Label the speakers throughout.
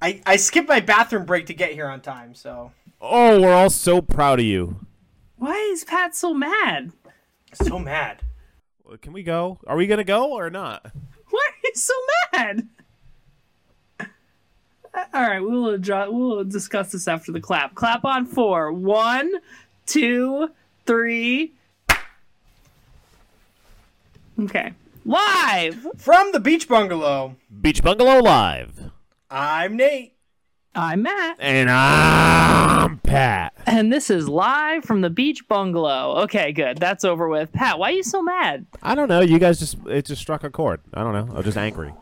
Speaker 1: I, I skipped my bathroom break to get here on time, so
Speaker 2: Oh, we're all so proud of you.
Speaker 3: Why is Pat so mad?
Speaker 1: so mad.
Speaker 2: Can we go? Are we gonna go or not?
Speaker 3: Why are you so mad? All right, we'll adjust, we'll discuss this after the clap. Clap on four. One, two, three. Okay, live.
Speaker 1: From the beach bungalow,
Speaker 2: Beach Bungalow Live,
Speaker 1: I'm Nate.
Speaker 3: I'm Matt.
Speaker 2: and I'm Pat.
Speaker 3: And this is live from the beach bungalow. Okay, good. That's over with. Pat, why are you so mad?
Speaker 2: I don't know. You guys just it just struck a chord. I don't know. I'm just angry.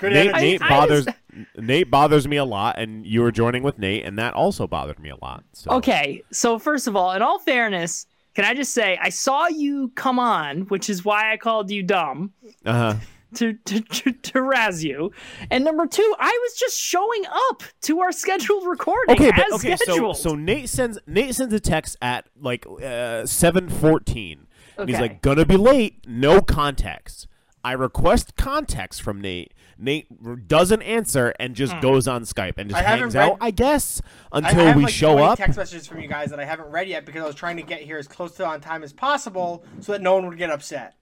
Speaker 1: Good
Speaker 2: Nate,
Speaker 1: energy.
Speaker 2: Nate
Speaker 3: I
Speaker 2: bothers Nate bothers me a lot, and you were joining with Nate, and that also bothered me a lot. So.
Speaker 3: Okay, so first of all, in all fairness, can I just say I saw you come on, which is why I called you dumb
Speaker 2: Uh huh.
Speaker 3: to to to, to razz you. And number two, I was just showing up to our scheduled recording
Speaker 2: Okay,
Speaker 3: as
Speaker 2: but okay. So,
Speaker 3: scheduled.
Speaker 2: so Nate sends Nate sends a text at like uh, seven fourteen. And he's
Speaker 3: Okay.
Speaker 2: like, gonna be late. No context. I request context from Nate. Nate r- doesn't answer and
Speaker 3: Hmm.
Speaker 2: just goes on Skype and just
Speaker 1: I haven't
Speaker 2: hangs
Speaker 1: read-
Speaker 2: out, I guess,
Speaker 1: I- I
Speaker 2: until
Speaker 1: have,
Speaker 2: we
Speaker 1: like,
Speaker 2: show
Speaker 1: 20
Speaker 2: up.
Speaker 1: Text messages from you guys that I haven't read yet because I was trying to get here as close to on time as possible so that no one would get upset.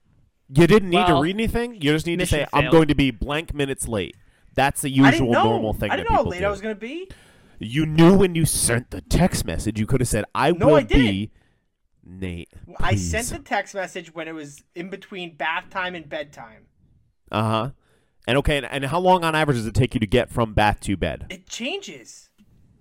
Speaker 2: You didn't need to
Speaker 3: Well,
Speaker 2: read anything. You just need to
Speaker 3: mission
Speaker 2: say, "I'm
Speaker 3: failed.
Speaker 2: going to be blank minutes late." That's the
Speaker 1: I
Speaker 2: usual
Speaker 1: didn't know.
Speaker 2: normal thing
Speaker 1: I didn't
Speaker 2: that
Speaker 1: know how
Speaker 2: people
Speaker 1: late
Speaker 2: do.
Speaker 1: I was gonna be.
Speaker 2: You knew when you sent the text message. You could have said, "I
Speaker 1: No,
Speaker 2: will
Speaker 1: I didn't.
Speaker 2: be." Nate,
Speaker 1: I sent the text message when it was in between bath time and bedtime.
Speaker 2: Uh huh. And okay, and, and how long on average does it take you to get from bath to bed?
Speaker 1: It changes.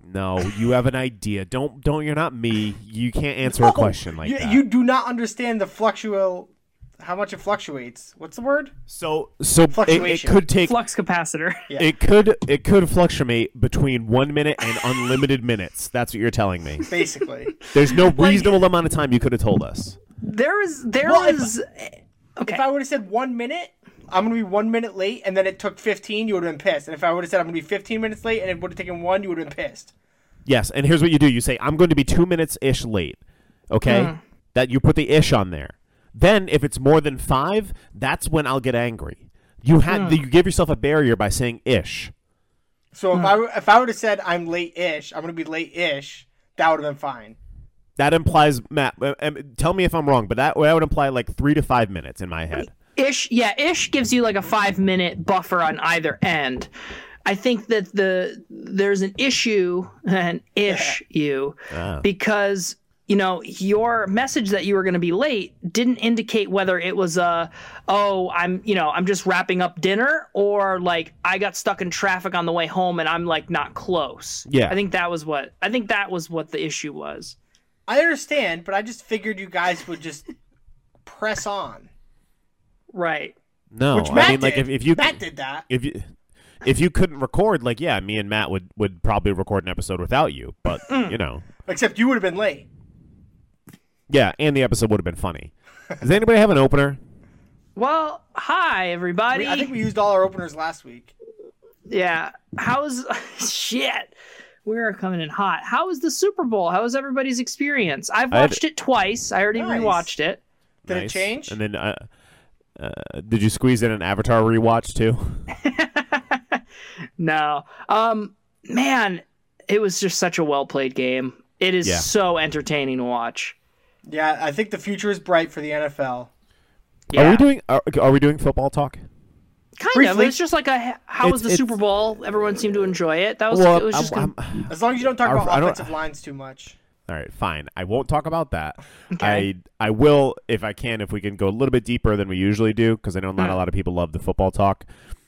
Speaker 2: No, you have an idea. Don't don't. You're not me. You can't answer a question like
Speaker 1: you,
Speaker 2: that.
Speaker 1: you do not understand the fluctual, how much it fluctuates. What's the word?
Speaker 2: so so it- it,
Speaker 1: Fluctuation.
Speaker 2: could take.
Speaker 3: flux capacitor.
Speaker 1: Yeah.
Speaker 2: It could it could fluctuate between one minute and unlimited minutes. That's what you're telling me.
Speaker 1: Basically,
Speaker 2: There's no reasonable amount of time you could have told us.
Speaker 3: There is there
Speaker 1: Well, if-
Speaker 3: is
Speaker 1: if I would have said one minute, I'm gonna be one minute late, and then it took 15, you would have been pissed. And if I would have said I'm gonna be 15 minutes late, and it would have taken one, you would have been pissed.
Speaker 2: Yes, and here's what you do: you say, "I'm going to be two minutes ish late." Okay,
Speaker 1: Hmm.
Speaker 2: that you put the ish on there. Then, if it's more than five, that's when I'll get angry. You had
Speaker 1: Hmm.
Speaker 2: you give yourself a barrier by saying ish.
Speaker 1: So
Speaker 2: Hmm.
Speaker 1: if I w- if I would have said I'm late-ish, I'm gonna be late-ish, that would have been fine.
Speaker 2: That implies Matt. uh, um, Tell me if I'm wrong, but that that would imply like three to five minutes in my head.
Speaker 3: ish yeah ish gives you like a five minute buffer on either end i think that the there's an issue an ish you
Speaker 2: Uh,
Speaker 3: because you know your message that you were going to be late didn't indicate whether it was a oh i'm you know i'm just wrapping up dinner or like i got stuck in traffic on the way home and i'm like not close
Speaker 2: Yeah.
Speaker 3: i think that was what i think that was what the issue was
Speaker 1: I understand, but I just figured you guys would just press on.
Speaker 3: right
Speaker 2: No,
Speaker 1: Which Matt
Speaker 2: I mean like
Speaker 1: did.
Speaker 2: if, if you
Speaker 1: Matt did that.
Speaker 2: if you if you couldn't record, like yeah, me and Matt would would probably record an episode without you. But
Speaker 1: Hmm.
Speaker 2: you know,
Speaker 1: Except you would have been late.
Speaker 2: yeah, and the episode would have been funny. Does anybody have an opener?
Speaker 3: well hi everybody
Speaker 1: We- I think we used all our openers last week.
Speaker 3: Yeah. How's shit? We're coming in hot. How was the Super Bowl? How was everybody's experience? I've
Speaker 2: I had-
Speaker 3: watched it twice. I already
Speaker 1: Nice.
Speaker 3: rewatched it.
Speaker 1: Did
Speaker 2: Nice.
Speaker 1: it change?
Speaker 2: And then, uh, uh, did you squeeze in an Avatar rewatch too?
Speaker 3: No. Um man, it was just such a well-played game. It is
Speaker 2: Yeah.
Speaker 3: so entertaining to watch.
Speaker 1: Yeah, I think the future is bright for the NFL.
Speaker 3: Yeah.
Speaker 2: Are we doing? Are, are we doing football talk?
Speaker 3: kind of.
Speaker 1: briefly-
Speaker 3: It's just like a how
Speaker 2: It's-
Speaker 3: was the
Speaker 2: it's-
Speaker 3: Super Bowl? Everyone seemed to enjoy it. That was it was
Speaker 2: I'm-
Speaker 3: just
Speaker 2: I'm-
Speaker 3: com-
Speaker 1: As long as you don't talk
Speaker 2: Our- I
Speaker 1: about
Speaker 2: don't-
Speaker 1: offensive lines too much.
Speaker 2: all right, fine. I won't talk about that.
Speaker 3: Okay.
Speaker 2: I I will if I can if we can go a little bit deeper than we usually do because I know not a lot of people love the football talk.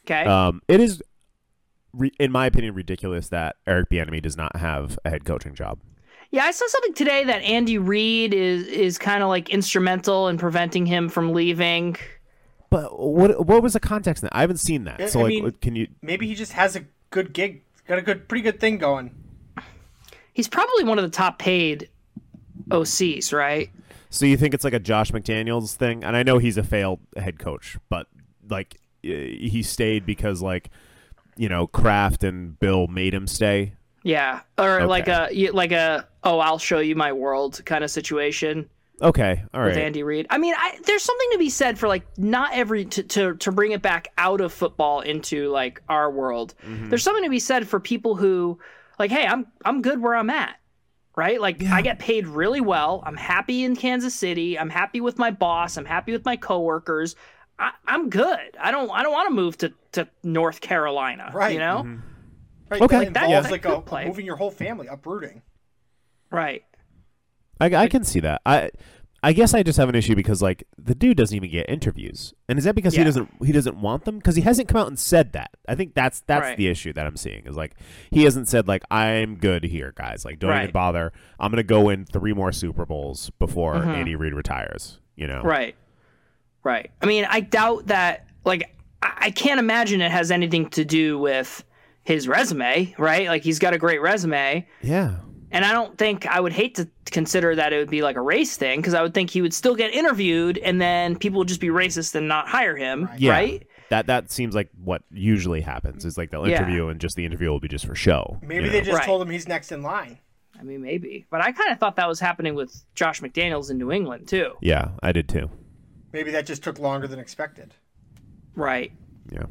Speaker 3: okay.
Speaker 2: Um, it is, re- in my opinion, ridiculous that Eric Bieniemy does not have a head coaching job.
Speaker 3: Yeah, I saw something today that Andy Reid is is kind of like instrumental in preventing him from leaving.
Speaker 2: But what what was the context? In that? I haven't seen that.
Speaker 1: I-
Speaker 2: so
Speaker 1: I
Speaker 2: like,
Speaker 1: mean-
Speaker 2: can you?
Speaker 1: Maybe he just has a good gig, got a good, pretty good thing going.
Speaker 3: He's probably one of the top paid OCs, right?
Speaker 2: So you think it's like a Josh McDaniels thing? And I know he's a failed head coach, but like uh, he stayed because like you know Kraft and Bill made him stay.
Speaker 3: Yeah, or like
Speaker 2: Okay.
Speaker 3: a you- like a oh I'll show you my world kind of situation.
Speaker 2: Okay. All
Speaker 3: with
Speaker 2: right.
Speaker 3: Andy Reid. I mean, I, there's something to be said for like not every to, to to bring it back out of football into like our world. There's something to be said for people who like, hey, I'm I'm good where I'm at, right? Like I get paid really well. I'm happy in Kansas City. I'm happy with my boss. I'm happy with my coworkers. I, I'm good. I don't I don't want to move to to North Carolina.
Speaker 1: Right.
Speaker 3: You know.
Speaker 1: Right,
Speaker 2: Okay.
Speaker 1: That
Speaker 2: Like, that-
Speaker 1: involves
Speaker 3: that
Speaker 1: like
Speaker 3: could
Speaker 1: a,
Speaker 3: play.
Speaker 1: moving your whole family, uprooting.
Speaker 3: Right.
Speaker 2: I, I can see that. I I guess I just have an issue because like the dude doesn't even get interviews, and is that because he
Speaker 3: Yeah.
Speaker 2: doesn't he doesn't want them? Because he hasn't come out and said that. I think that's that's
Speaker 3: Right.
Speaker 2: the issue that I'm seeing is like he hasn't said like I'm good here, guys. Like don't even
Speaker 3: Right.
Speaker 2: bother. I'm gonna go in three more Super Bowls before Andy Reid retires. You know,
Speaker 3: Mm-hmm. Right. Right. I mean, I doubt that. Like, I, I can't imagine it has anything to do with his resume, right? Like, he's got a great resume.
Speaker 2: Yeah.
Speaker 3: And I don't think I would hate to consider that it would be like a race thing because I would think he would still get interviewed and then people would just be racist and not hire him, right?
Speaker 2: Yeah. That that seems like what usually happens is like they'll
Speaker 3: Yeah.
Speaker 2: interview and just the interview will be just for show. you
Speaker 1: Maybe
Speaker 2: know?
Speaker 1: they just
Speaker 3: Right.
Speaker 1: told him he's next in line.
Speaker 3: I mean, maybe. But I kind of thought that was happening with Josh McDaniels in New England, too.
Speaker 2: Yeah, I did too.
Speaker 1: Maybe that just took longer than expected.
Speaker 3: Right.
Speaker 2: Yeah.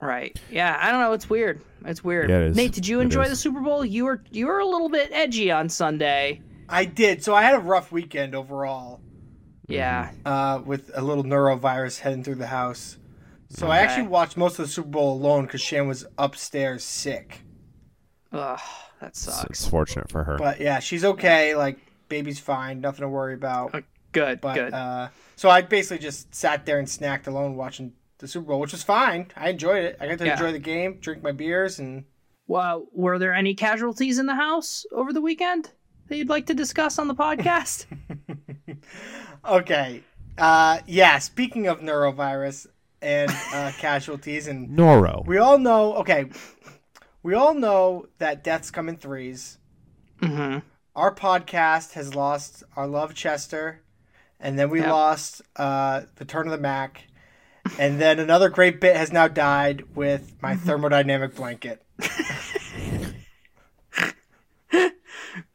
Speaker 3: Right. Yeah. I don't know. It's weird. It's weird.
Speaker 2: Yeah, it is.
Speaker 3: Nate, did you
Speaker 2: It
Speaker 3: enjoy
Speaker 2: is.
Speaker 3: the Super Bowl? You were you were a little bit edgy on Sunday.
Speaker 1: I did. So I had a rough weekend overall
Speaker 2: Mm-hmm.
Speaker 3: Yeah.
Speaker 1: uh, with a little neurovirus heading through the house. So I actually
Speaker 3: Okay.
Speaker 1: watched most of the Super Bowl alone because Shan was upstairs sick.
Speaker 3: Ugh, that
Speaker 2: It's,
Speaker 3: sucks.
Speaker 2: it's fortunate for her.
Speaker 1: But yeah, she's okay. Like, baby's fine. Nothing to worry about.
Speaker 3: Good.
Speaker 1: But
Speaker 3: good.
Speaker 1: Uh, so I basically just sat there and snacked alone watching the Super Bowl, which was fine. I enjoyed it. I got to
Speaker 3: Yeah.
Speaker 1: enjoy the game, drink my beers, and
Speaker 3: well, were there any casualties in the house over the weekend that you'd like to discuss on the podcast?
Speaker 1: okay. Uh, yeah. Speaking of neurovirus and uh, casualties, and
Speaker 2: Noro.
Speaker 1: we all know. Okay, we all know that deaths come in threes.
Speaker 3: mm-hmm.
Speaker 1: Our podcast has lost our love Chester, and then we
Speaker 3: Yep.
Speaker 1: lost uh, the turn of the Mac, and then another great bit has now died with my thermodynamic blanket.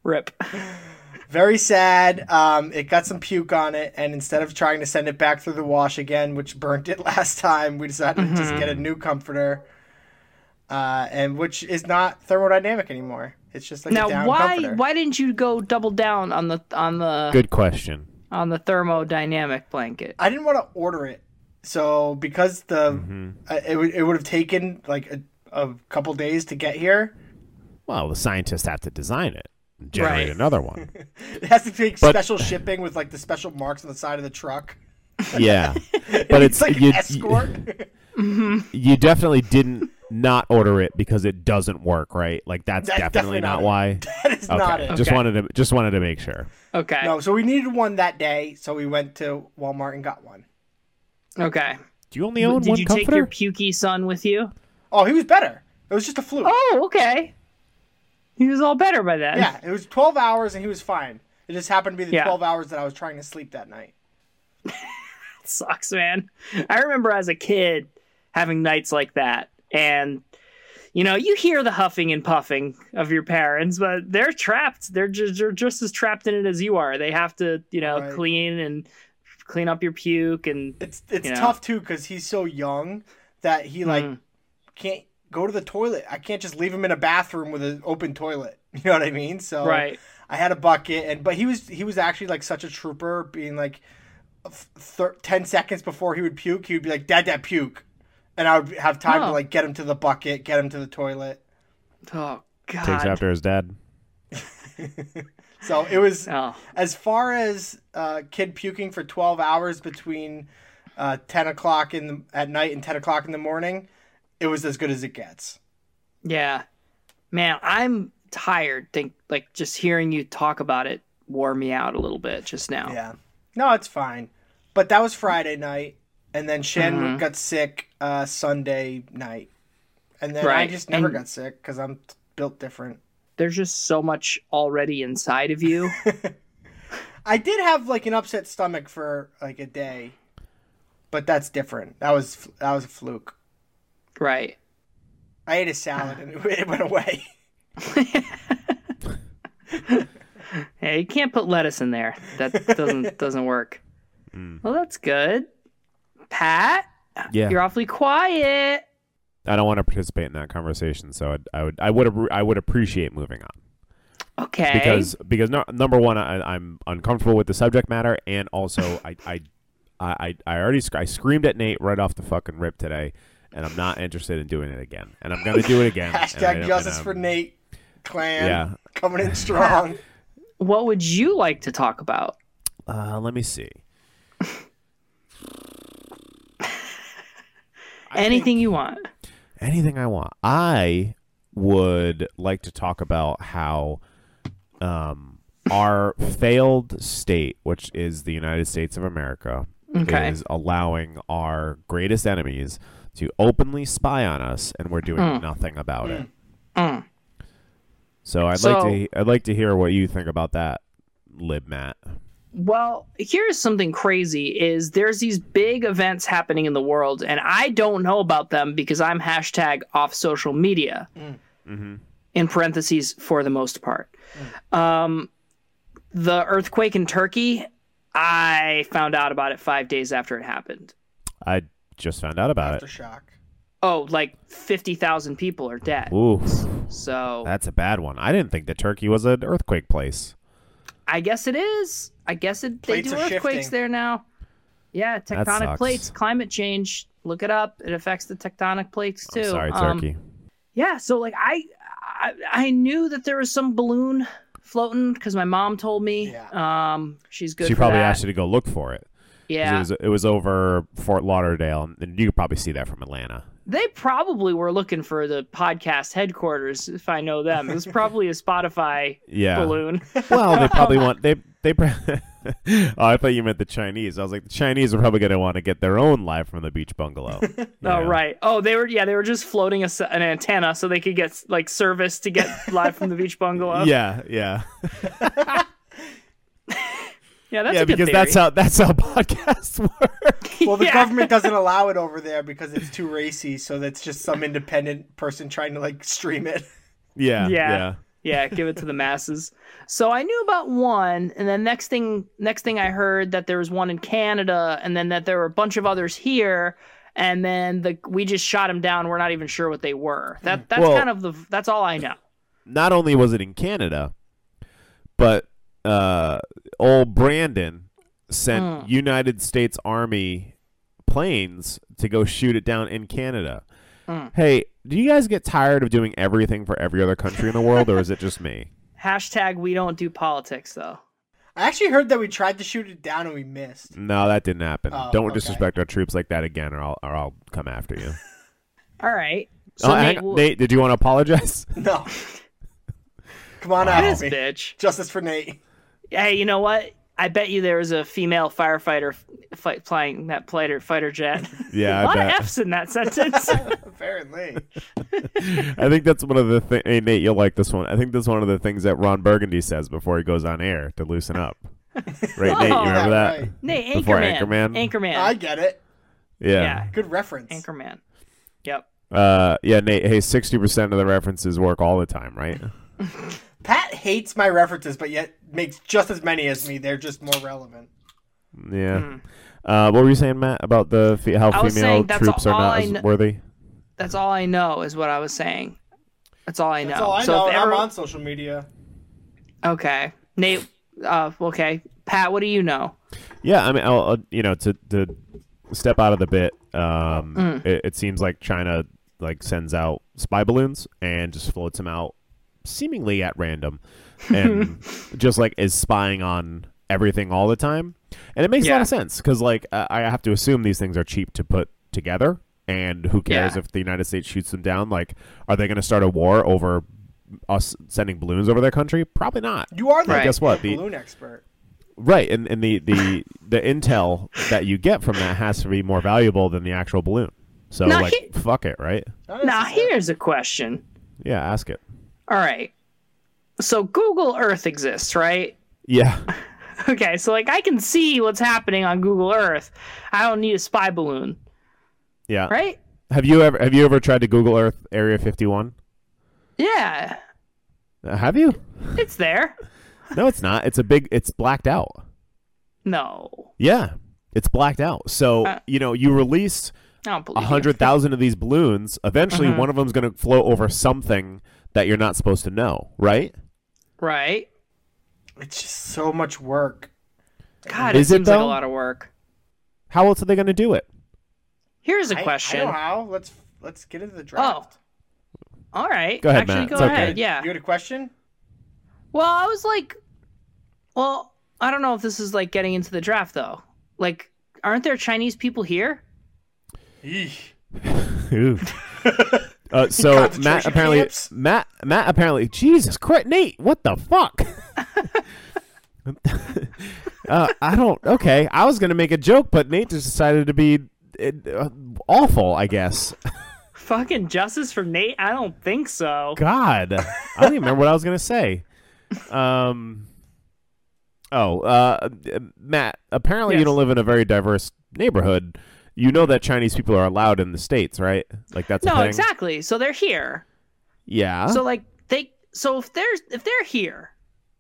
Speaker 3: Rip.
Speaker 1: Very sad. Um, it got some puke on it, and instead of trying to send it back through the wash again, which burnt it last time, we decided to just get a
Speaker 3: Mm-hmm.
Speaker 1: new comforter, uh, and which is not thermodynamic anymore. It's just like a
Speaker 3: Now,
Speaker 1: down
Speaker 3: why
Speaker 1: comforter.
Speaker 3: why didn't you go double down on the on the
Speaker 2: Good question.
Speaker 3: on the thermodynamic blanket?
Speaker 1: I didn't want to order it, so because the
Speaker 2: Mm-hmm.
Speaker 1: uh, it would it would have taken like a, a couple days to get here.
Speaker 2: Well, the scientists have to design it and generate
Speaker 3: Right.
Speaker 2: another one.
Speaker 1: It has to take
Speaker 2: But-
Speaker 1: special shipping with like the special marks on the side of the truck.
Speaker 2: yeah, but it's,
Speaker 1: It's like
Speaker 2: you,
Speaker 1: an escort.
Speaker 2: You, you definitely didn't not order it because it doesn't work, right? Like that's,
Speaker 1: That's definitely
Speaker 2: definitely, not,
Speaker 1: not it.
Speaker 2: why.
Speaker 1: that is
Speaker 2: Okay,
Speaker 1: not it.
Speaker 2: just
Speaker 3: Okay.
Speaker 2: wanted to just wanted to make sure.
Speaker 3: Okay.
Speaker 1: No, so we needed one that day, so we went to Walmart and got one.
Speaker 3: Okay.
Speaker 2: Do you only own
Speaker 3: Did
Speaker 2: one
Speaker 3: you take
Speaker 2: comforter?
Speaker 3: your pukey son with you?
Speaker 1: Oh, he was better. It was just a fluke.
Speaker 3: Oh, okay. He was all better by then.
Speaker 1: Yeah, it was 12 hours and he was fine. It just happened to be the
Speaker 3: Yeah.
Speaker 1: 12 hours that I was trying to sleep that night.
Speaker 3: sucks, man. I remember as a kid having nights like that. And, you know, you hear the huffing and puffing of your parents, but they're trapped. They're just, they're just as trapped in it as you are. They have to, you know,
Speaker 1: Right.
Speaker 3: clean and clean up your puke. And
Speaker 1: It's it's
Speaker 3: Yeah.
Speaker 1: tough too cuz he's so young that he like
Speaker 3: Mm.
Speaker 1: can't go to the toilet. I can't just leave him in a bathroom with an open toilet. You know what I mean? So
Speaker 3: right.
Speaker 1: I had a bucket and but he was he was actually like such a trooper being like f- thir- 10 seconds before he would puke, he would be like dad dad puke. And I would have time to
Speaker 3: Oh.
Speaker 1: like get him to the bucket, get him to the toilet.
Speaker 3: Oh, God.
Speaker 2: Takes after his dad.
Speaker 1: So it was
Speaker 3: Oh,
Speaker 1: as far as uh, kid puking for 12 hours between uh, 10 o'clock in the, at night and 10 o'clock in the morning it was as good as it gets
Speaker 3: yeah. Man, I'm tired. Think like just hearing you talk about it wore me out a little bit just now.
Speaker 1: yeah no it's fine but that was friday night and then shan got sick uh, sunday night and then i
Speaker 3: Right,
Speaker 1: just never
Speaker 3: and-
Speaker 1: got sick because i'm t- built different
Speaker 3: There's just so much already inside of you.
Speaker 1: i did have like an upset stomach for like a day but that's different that was that was a fluke
Speaker 3: right.
Speaker 1: i ate a salad and it went away
Speaker 3: Hey, yeah, you can't put lettuce in there. That doesn't doesn't work. Well, that's good. Pat,
Speaker 2: Hmm. Yeah.
Speaker 3: you're awfully quiet.
Speaker 2: I don't want to participate in that conversation, so I'd, I would I would I would appreciate moving on
Speaker 3: Okay.
Speaker 2: because because no, number one I, I'm uncomfortable with the subject matter, and also I I I, I already sc- I screamed at Nate right off the fucking rip today, and I'm not interested in doing it again, and I'm gonna do it again. and I
Speaker 1: Hashtag
Speaker 2: don't-
Speaker 1: justice
Speaker 2: and
Speaker 1: for
Speaker 2: I'm-
Speaker 1: Nate clan
Speaker 2: Yeah.
Speaker 1: coming in strong.
Speaker 3: what would you like to talk about?
Speaker 2: Uh, let me see.
Speaker 3: Anything you want.
Speaker 2: anything I want. I would like to talk about how um, our failed state, which is the United States of America,
Speaker 3: Okay.
Speaker 2: is allowing our greatest enemies to openly spy on us, and we're doing
Speaker 3: Hmm.
Speaker 2: nothing about it.
Speaker 3: Mm.
Speaker 2: So I'd
Speaker 3: So-
Speaker 2: like to I'd like to hear what you think about that, Lib Matt.
Speaker 3: Well, here's something crazy is there's these big events happening in the world and I don't know about them because I'm hashtag off social media.
Speaker 2: Mhm.
Speaker 3: In parentheses for the most part. Um the earthquake in Turkey, I found out about it 5 days after it happened.
Speaker 2: I just found out about it.
Speaker 1: Aftershock.
Speaker 3: Oh, like 50,000 people are dead.
Speaker 2: Ooh,
Speaker 3: So
Speaker 2: that's a bad one. I didn't think that Turkey was an earthquake place.
Speaker 3: I guess it is. I guess it, they
Speaker 1: Plates
Speaker 3: do
Speaker 1: are
Speaker 3: earthquakes
Speaker 1: shifting.
Speaker 3: there now. Yeah, tectonic
Speaker 2: sucks.
Speaker 3: plates, climate change. Look it up. It affects the tectonic plates too.
Speaker 2: I'm sorry,
Speaker 3: Um,
Speaker 2: Turkey.
Speaker 3: Yeah, so like I, I, I knew that there was some balloon floating because my mom told me. Um, she's good.
Speaker 2: she
Speaker 3: for
Speaker 2: probably
Speaker 3: that.
Speaker 2: asked you to go look for it. 'Cause
Speaker 3: Yeah,
Speaker 2: It was it was over Fort Lauderdale, and you could probably see that from Atlanta.
Speaker 3: they probably were looking for the podcast headquarters. If I know them, it was probably a Spotify
Speaker 2: Yeah.
Speaker 3: balloon.
Speaker 2: Well, they probably want they they. pr- oh, I thought you meant the Chinese. I was like, the Chinese are probably going to want to get their own live from the beach bungalow. You
Speaker 3: Oh
Speaker 2: know?
Speaker 3: right. Oh, they were yeah, they were just floating a s an antenna so they could get like service to get live from the beach bungalow.
Speaker 2: Yeah, yeah,
Speaker 3: yeah, that's
Speaker 2: yeah.
Speaker 3: a good
Speaker 2: Because
Speaker 3: theory.
Speaker 2: that's how that's how podcasts work.
Speaker 1: Well, the
Speaker 3: Yeah.
Speaker 1: government doesn't allow it over there because it's too racy. So that's just some independent person trying to like stream it.
Speaker 2: Yeah, yeah,
Speaker 3: Yeah. yeah, give it to the masses. So I knew about one, and then next thing next thing I heard that there was one in Canada, and then that there were a bunch of others here, and then the we just shot them down. We're not even sure what they were. That that's
Speaker 2: Well-
Speaker 3: kind of the that's all I know.
Speaker 2: Not only was it in Canada, but uh, old Brandon sent
Speaker 1: Hmm.
Speaker 2: United States Army planes to go shoot it down in Canada.
Speaker 1: Hmm.
Speaker 2: Hey, do you guys get tired of doing everything for every other country in the world, or is it just me?
Speaker 3: Hashtag we don't do politics though.
Speaker 1: I actually heard that we tried to shoot it down and we missed.
Speaker 2: No, that didn't happen.
Speaker 1: Oh,
Speaker 2: Don't
Speaker 1: okay.
Speaker 2: disrespect our troops like that again, or I'll or I'll come after you.
Speaker 3: All right. So
Speaker 2: oh,
Speaker 3: Nate,
Speaker 2: hang-
Speaker 3: we'll-
Speaker 2: Nate, did you want to apologize?
Speaker 1: No. Come on
Speaker 2: Wow.
Speaker 1: out,
Speaker 3: this
Speaker 1: me.
Speaker 3: bitch.
Speaker 1: Justice for Nate.
Speaker 3: hey, you know what? I bet you there was a female firefighter f- fight, flying that fighter fighter jet.
Speaker 2: Yeah,
Speaker 3: a
Speaker 2: I
Speaker 3: lot
Speaker 2: bet.
Speaker 3: of F's in that sentence.
Speaker 1: Apparently.
Speaker 2: I think that's one of the things. Hey, Nate, you'll like this one. I think that's one of the things that Ron Burgundy says before he goes on air to loosen up. Right, Nate? You
Speaker 3: Oh,
Speaker 2: remember
Speaker 1: yeah,
Speaker 2: that?
Speaker 1: right.
Speaker 3: Nate,
Speaker 2: Before
Speaker 3: Anchorman.
Speaker 2: Anchorman?
Speaker 3: Anchorman.
Speaker 1: I get it.
Speaker 2: Yeah.
Speaker 3: Yeah.
Speaker 1: Good reference.
Speaker 3: Anchorman. Yep.
Speaker 2: Uh, yeah, Nate. Hey, sixty percent of the references work all the time, right?
Speaker 1: Pat hates my references, but yet makes just as many as me. They're just more relevant.
Speaker 2: Yeah. Uh, what were you saying, Matt, about the fe- how
Speaker 3: Hmm. I was
Speaker 2: female
Speaker 3: saying that's
Speaker 2: troops are
Speaker 3: all
Speaker 2: not
Speaker 3: I
Speaker 2: as
Speaker 3: kn-
Speaker 2: worthy?
Speaker 3: That's all I know is what I was saying. That's all I know.
Speaker 1: That's all I
Speaker 3: so
Speaker 1: know.
Speaker 3: If
Speaker 1: and
Speaker 3: ever...
Speaker 1: I'm on social media.
Speaker 3: Okay. Nate. Uh, okay. Pat, what do you know?
Speaker 2: Yeah, I mean, I'll, I'll, you know, to to step out of the bit, um,
Speaker 3: Mm.
Speaker 2: it, it seems like China like sends out spy balloons and just floats them out seemingly at random, and just like is spying on everything all the time, and it makes a lot
Speaker 3: Yeah.
Speaker 2: of sense because like I I have to assume these things are cheap to put together, and who cares
Speaker 3: Yeah.
Speaker 2: if the United States shoots them down? Like, are they going to start a war over? us sending balloons over their country probably not
Speaker 1: You are the
Speaker 3: Right.
Speaker 2: guess what the,
Speaker 1: balloon expert.
Speaker 2: Right, and, and the, the the intel that you get from that has to be more valuable than the actual balloon. So
Speaker 3: Now
Speaker 2: like
Speaker 3: he-
Speaker 2: fuck it, right?
Speaker 1: Not
Speaker 3: Now,
Speaker 1: necessarily.
Speaker 3: here's a question.
Speaker 2: Yeah, ask it.
Speaker 3: All right. So Google Earth exists, right?
Speaker 2: Yeah.
Speaker 3: Okay, so like I can see what's happening on Google Earth. I don't need a spy balloon,
Speaker 2: Yeah.
Speaker 3: right?
Speaker 2: Have you ever have you ever tried to Google Earth Area 51?
Speaker 3: Yeah,
Speaker 2: Uh, have you?
Speaker 3: it's there.
Speaker 2: No, it's not. It's a big. It's blacked out.
Speaker 3: No,
Speaker 2: Yeah, it's blacked out. So
Speaker 3: Uh,
Speaker 2: you know, you released
Speaker 3: I don't believe
Speaker 2: a
Speaker 3: you.
Speaker 2: hundred thousand of these balloons. Eventually,
Speaker 3: Uh-huh.
Speaker 2: one of them's going to float over something that you're not supposed to know, right?
Speaker 3: Right?
Speaker 1: It's just so much work.
Speaker 3: God, it
Speaker 2: Is it,
Speaker 3: seems like a
Speaker 2: though?
Speaker 3: lot of work.
Speaker 2: How else are they going to do it?
Speaker 3: Here's a
Speaker 1: I-
Speaker 3: question. Oh.
Speaker 1: I, know how. Let's let's get into the draft.
Speaker 3: All right.
Speaker 2: Go ahead,
Speaker 3: Actually,
Speaker 2: Matt.
Speaker 3: go
Speaker 2: It's okay.
Speaker 3: ahead. Yeah.
Speaker 1: You had a question?
Speaker 3: Well, I was like, well, I don't know if this is like getting into the draft though. Like, aren't there Chinese people here?
Speaker 1: Eesh.
Speaker 2: Ooh. Uh, so Matt
Speaker 1: Concentration
Speaker 2: apparently
Speaker 1: camps.
Speaker 2: Matt Matt apparently Jesus Christ Nate what the fuck uh, I don't okay I was gonna make a joke but Nate just decided to be uh, awful I guess
Speaker 3: Fucking justice for Nate? I don't think so.
Speaker 2: God I don't even remember what I was gonna say um oh uh, Matt apparently you
Speaker 3: Yes.
Speaker 2: don't live in a very diverse neighborhood you know that Chinese people are allowed in the states right like that's a
Speaker 3: No,
Speaker 2: thing
Speaker 3: exactly. So they're here.
Speaker 2: yeah
Speaker 3: So like they. So if they're if they're here,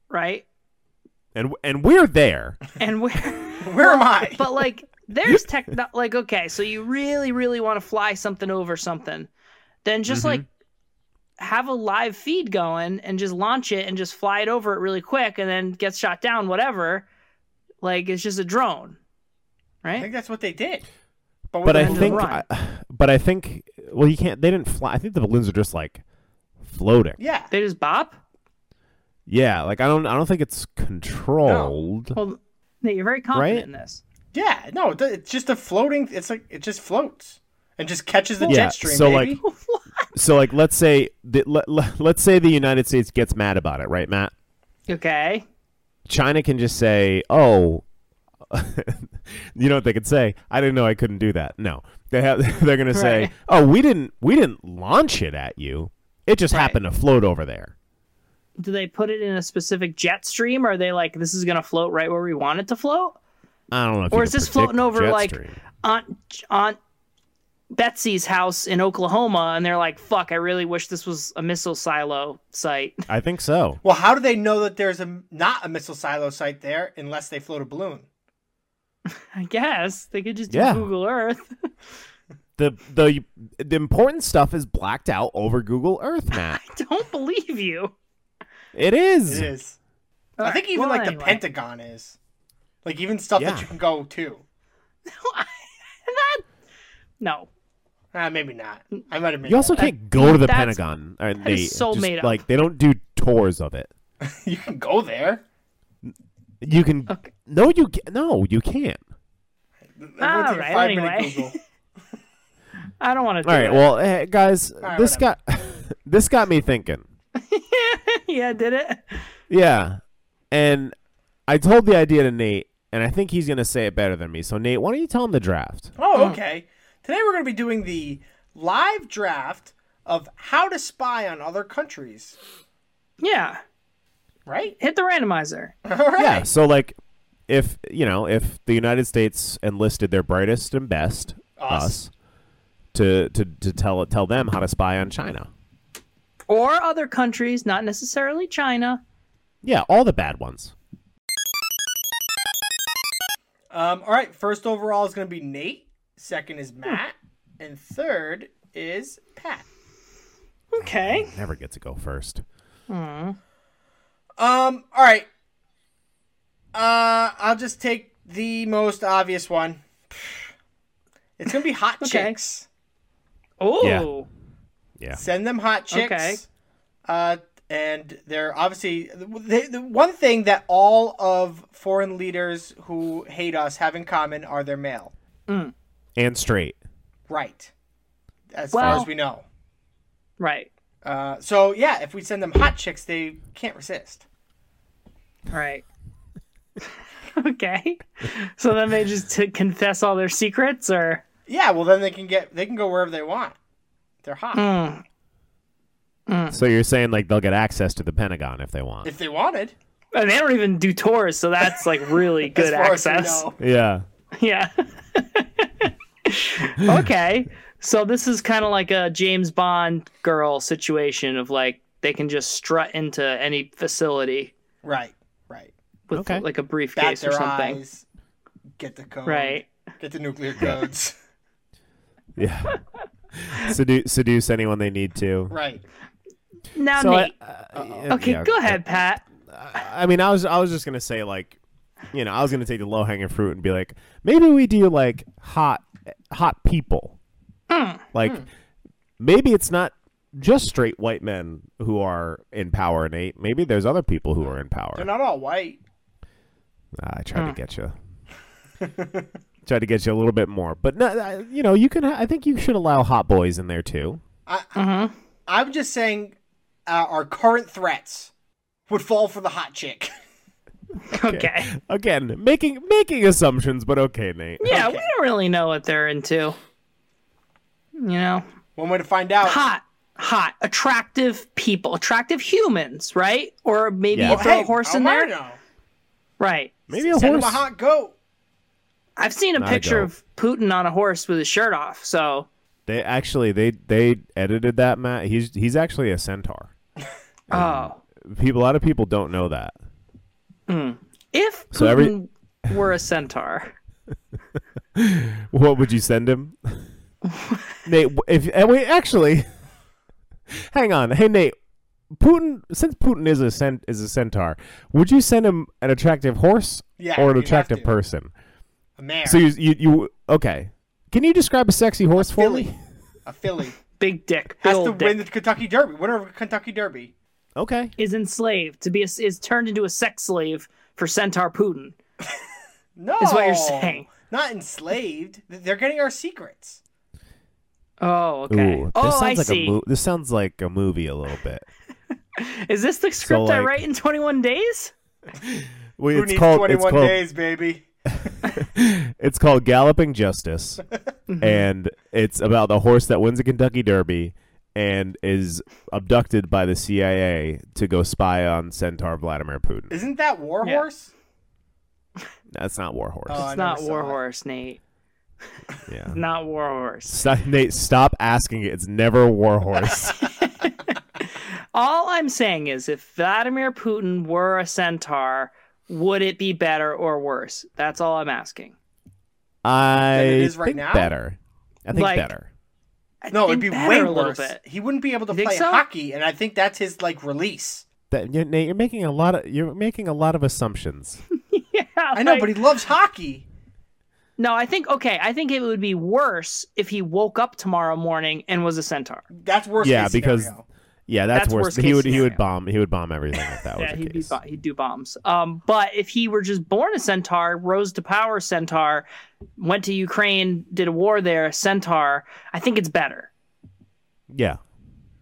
Speaker 3: right?
Speaker 2: and and we're there.
Speaker 3: And we're.
Speaker 1: Where am I?
Speaker 3: but like there's tech like okay so you really really want to fly something over something then just
Speaker 2: Mhm.
Speaker 3: like have a live feed going and just launch it and just fly it over it really quick and then gets shot down whatever like it's just a drone
Speaker 1: I
Speaker 3: right
Speaker 1: think that's what they did. with
Speaker 2: but I
Speaker 1: a balloon.
Speaker 2: think,
Speaker 3: run.
Speaker 2: but I think, well, you can't. They didn't fly. I think the balloons are just like floating.
Speaker 1: yeah,
Speaker 3: they just bop
Speaker 2: Yeah, like I don't, I don't think it's controlled.
Speaker 3: well Nate, you're very confident
Speaker 2: Right?
Speaker 3: in this
Speaker 1: yeah. No, it- it's just a floating. It's like it just floats and just catches the
Speaker 2: Yeah,
Speaker 1: jet stream.
Speaker 2: so,
Speaker 1: baby.
Speaker 2: like- So, like, let's say, the, let, let, let's say the United States gets mad about it, right, Matt?
Speaker 3: okay
Speaker 2: China can just say, "Oh, you know what they could say? I didn't know I couldn't do that." No, they have. They're gonna say,
Speaker 3: Right.
Speaker 2: "Oh, we didn't, we didn't launch it at you. It just
Speaker 3: Right.
Speaker 2: happened to float over there."
Speaker 3: do they put it in a specific jet stream or are they like this is gonna float right where we want it to float
Speaker 2: I don't know. If
Speaker 3: Or
Speaker 2: you
Speaker 3: is
Speaker 2: can
Speaker 3: this
Speaker 2: predict
Speaker 3: floating over,
Speaker 2: jet
Speaker 3: like,
Speaker 2: stream.
Speaker 3: Aunt Aunt Betsy's house in Oklahoma, and they're like, "Fuck! I really wish this was a missile silo site."
Speaker 2: I think so.
Speaker 1: well, how do they know that there's a not a missile silo site there unless they float a balloon?
Speaker 3: I guess they could just do
Speaker 2: Yeah.
Speaker 3: Google Earth.
Speaker 2: the the the important stuff is blacked out over Google Earth, Matt.
Speaker 3: Don't believe you.
Speaker 2: It is.
Speaker 1: It is. I think even like the
Speaker 3: Pentagon.
Speaker 1: Pentagon is, like even stuff
Speaker 2: Yeah.
Speaker 1: that you can go to.
Speaker 3: No,
Speaker 1: Ah, maybe not. I might have made.
Speaker 2: You also
Speaker 1: that.
Speaker 2: can't go to the
Speaker 3: that's-
Speaker 2: Pentagon. Or
Speaker 3: that
Speaker 2: they
Speaker 3: is so
Speaker 2: just,
Speaker 3: made up.
Speaker 2: Like they don't do tours of it.
Speaker 1: you can go there.
Speaker 2: You can
Speaker 3: Okay.
Speaker 2: no, you ca- no, you can't.
Speaker 1: I'm gonna take a
Speaker 3: Alright,
Speaker 1: five-minute
Speaker 3: Ah, anyway.
Speaker 1: Google.
Speaker 3: I don't want to. Do
Speaker 2: All right,
Speaker 3: it.
Speaker 2: well, eh, guys,
Speaker 1: right,
Speaker 2: this got this got me thinking.
Speaker 3: yeah, did it?
Speaker 2: Yeah, and I told the idea to Nate, and I think he's gonna say it better than me. So Nate, why don't you tell him the draft?
Speaker 1: Oh, okay. Today we're going to be doing the live draft of how to spy on other countries,
Speaker 3: Yeah,
Speaker 1: right?
Speaker 3: hit the randomizer.
Speaker 1: All right.
Speaker 2: Yeah. So like, if you know, if the United States enlisted their brightest and best us,
Speaker 1: Us.
Speaker 2: to, to to tell tell them how to spy on China.
Speaker 3: Or other countries, not necessarily China.
Speaker 2: Yeah, all the bad ones.
Speaker 1: Um, all right. First overall is going to be Nate. Second is Matt. And third is Pat.
Speaker 3: Okay.
Speaker 2: Never get to go first.
Speaker 1: Um, all right. Uh, I'll just take the most obvious one. It's going to be hot
Speaker 3: Okay.
Speaker 1: chicks.
Speaker 3: Oh,
Speaker 1: Send them hot chicks.
Speaker 3: Okay.
Speaker 1: Uh, and they're obviously the, the one thing that all of foreign leaders who hate us have in common are their male.
Speaker 2: And straight.
Speaker 1: Right. As far
Speaker 3: Well-
Speaker 1: as we know.
Speaker 3: right,
Speaker 1: Uh, so yeah, if we send them hot chicks, they can't resist.
Speaker 3: right. okay. So then they just t- confess all their secrets, or.
Speaker 1: Yeah, well then they can get they can go wherever they want. They're hot
Speaker 3: Hmm.
Speaker 2: So you're saying like they'll get access to the Pentagon if they want.
Speaker 1: Hmm. if they wanted.
Speaker 3: And they don't even do tours, so that's like really
Speaker 1: As
Speaker 3: good
Speaker 1: far
Speaker 3: access.
Speaker 1: As we know.
Speaker 2: yeah.
Speaker 3: Yeah. okay. So this is kind of like a James Bond girl situation of like they can just strut into any facility.
Speaker 1: Right. Right.
Speaker 3: with
Speaker 2: Okay.
Speaker 3: like a
Speaker 1: Bat
Speaker 3: briefcase or
Speaker 1: their
Speaker 3: something.
Speaker 1: eyes. Get the code.
Speaker 3: Right.
Speaker 1: Get the nuclear codes.
Speaker 2: Yeah. Sedu- seduce anyone they need to.
Speaker 1: right.
Speaker 3: Now,
Speaker 2: So I-
Speaker 3: Nate.
Speaker 2: uh,
Speaker 3: okay,
Speaker 2: yeah,
Speaker 3: go ahead, Pat.
Speaker 2: I mean, I was I was just gonna say like, you know, I was gonna take the low hanging fruit and be like, maybe we do like hot hot people,
Speaker 1: Hmm.
Speaker 2: like maybe it's not just straight white men who are in power, Nate. Maybe there's other people who are in power.
Speaker 1: They're not Hmm. all white.
Speaker 2: Ah, I tried to get you. tried to get you a little bit more, but no, I- you know, you can. I think you should allow hot boys in there too.
Speaker 1: I'm just saying uh, our current threats would fall for the hot chick.
Speaker 3: Okay.
Speaker 2: Again, making making assumptions, but okay, Nate.
Speaker 3: Yeah,
Speaker 1: Okay.
Speaker 3: we don't really know what they're into. You know,
Speaker 1: One way to find out.
Speaker 3: hot, hot, attractive people, attractive humans, right? Or maybe
Speaker 2: Yeah.
Speaker 3: you
Speaker 2: Oh,
Speaker 3: throw a horse
Speaker 1: how am
Speaker 3: in
Speaker 1: I
Speaker 3: there,
Speaker 1: know?
Speaker 3: right?
Speaker 2: Maybe a
Speaker 1: Send him
Speaker 2: horse.
Speaker 1: a hot goat.
Speaker 3: I've seen a
Speaker 2: Not a
Speaker 3: picture
Speaker 2: goat.
Speaker 3: of Putin on a horse with his shirt off. So,
Speaker 2: They actually they they edited that Matt. He's he's actually a centaur.
Speaker 3: oh,
Speaker 2: People a lot of people don't know that.
Speaker 3: if Putin
Speaker 2: So every-
Speaker 3: were a centaur,
Speaker 2: What would you send him? Nate, w- if and wait, actually Hang on. Hey Nate, Putin since Putin is a cent, is a centaur, would you send him an attractive horse
Speaker 1: Yeah,
Speaker 2: or
Speaker 1: you'd
Speaker 2: an
Speaker 1: have
Speaker 2: attractive
Speaker 1: to.
Speaker 2: person?
Speaker 1: A mare.
Speaker 2: So you, you you okay. Can you describe a sexy horse for
Speaker 1: Philly.
Speaker 2: me?
Speaker 1: A filly.
Speaker 3: big dick, big
Speaker 1: Has to
Speaker 3: old dick,
Speaker 1: win the Kentucky Derby. Winner of Kentucky Derby.
Speaker 2: Okay.
Speaker 3: is enslaved to be a, is turned into a sex slave for centaur Putin.
Speaker 1: No.
Speaker 3: Is what you're saying.
Speaker 1: Not enslaved. They're getting our secrets.
Speaker 3: Oh, okay.
Speaker 2: Ooh, this
Speaker 3: oh,
Speaker 2: sounds
Speaker 3: I
Speaker 2: like
Speaker 3: see.
Speaker 2: a mo- this sounds like a movie a little bit.
Speaker 3: Is this the script I
Speaker 2: like-
Speaker 3: write in 21 days?
Speaker 2: Well,
Speaker 1: Who
Speaker 2: it's
Speaker 1: needs
Speaker 2: called
Speaker 1: 21
Speaker 2: it's called
Speaker 1: days, baby?
Speaker 2: It's called Galloping Justice, and it's about the horse that wins a Kentucky Derby and is abducted by the CIA to go spy on Centaur Vladimir Putin.
Speaker 1: Isn't that War
Speaker 3: Yeah.
Speaker 1: Horse?
Speaker 2: That's not Warhorse.
Speaker 1: Oh, I
Speaker 3: It's
Speaker 1: never
Speaker 3: not
Speaker 1: saw it.
Speaker 3: Warhorse, Nate.
Speaker 2: yeah.
Speaker 3: Not Warhorse.
Speaker 2: Stop, Nate, stop asking it. It's never Warhorse.
Speaker 3: All I'm saying is if Vladimir Putin were a centaur, would it be better or worse? That's all I'm asking.
Speaker 2: I
Speaker 1: it is right
Speaker 2: think
Speaker 1: now?
Speaker 2: better. I think
Speaker 3: Like-
Speaker 2: better.
Speaker 3: I
Speaker 1: No, it'd
Speaker 3: think
Speaker 1: be
Speaker 3: better
Speaker 1: way
Speaker 3: a little
Speaker 1: worse.
Speaker 3: bit.
Speaker 1: He wouldn't be able to
Speaker 3: You think
Speaker 1: play
Speaker 3: so?
Speaker 1: hockey, and I think that's his like release.
Speaker 2: That, you Nate, you're making a lot of you're making a lot of assumptions.
Speaker 3: Yeah,
Speaker 1: I know,
Speaker 3: like-
Speaker 1: but he loves hockey.
Speaker 3: No, I think okay, I think it would be worse if he woke up tomorrow morning and was a centaur.
Speaker 1: That's worse.
Speaker 2: Yeah,
Speaker 1: case
Speaker 2: because-
Speaker 1: scenario.
Speaker 2: Yeah, that's,
Speaker 3: That's
Speaker 2: worse.
Speaker 3: worst
Speaker 2: he
Speaker 3: case
Speaker 2: would he
Speaker 3: scenario.
Speaker 2: would bomb he would bomb everything if that was
Speaker 3: yeah,
Speaker 2: the
Speaker 3: he'd be
Speaker 2: case.
Speaker 3: bo- he'd do bombs. Um, but if he were just born a centaur, rose to power centaur, went to Ukraine, did a war there, centaur, I think it's better,
Speaker 2: yeah,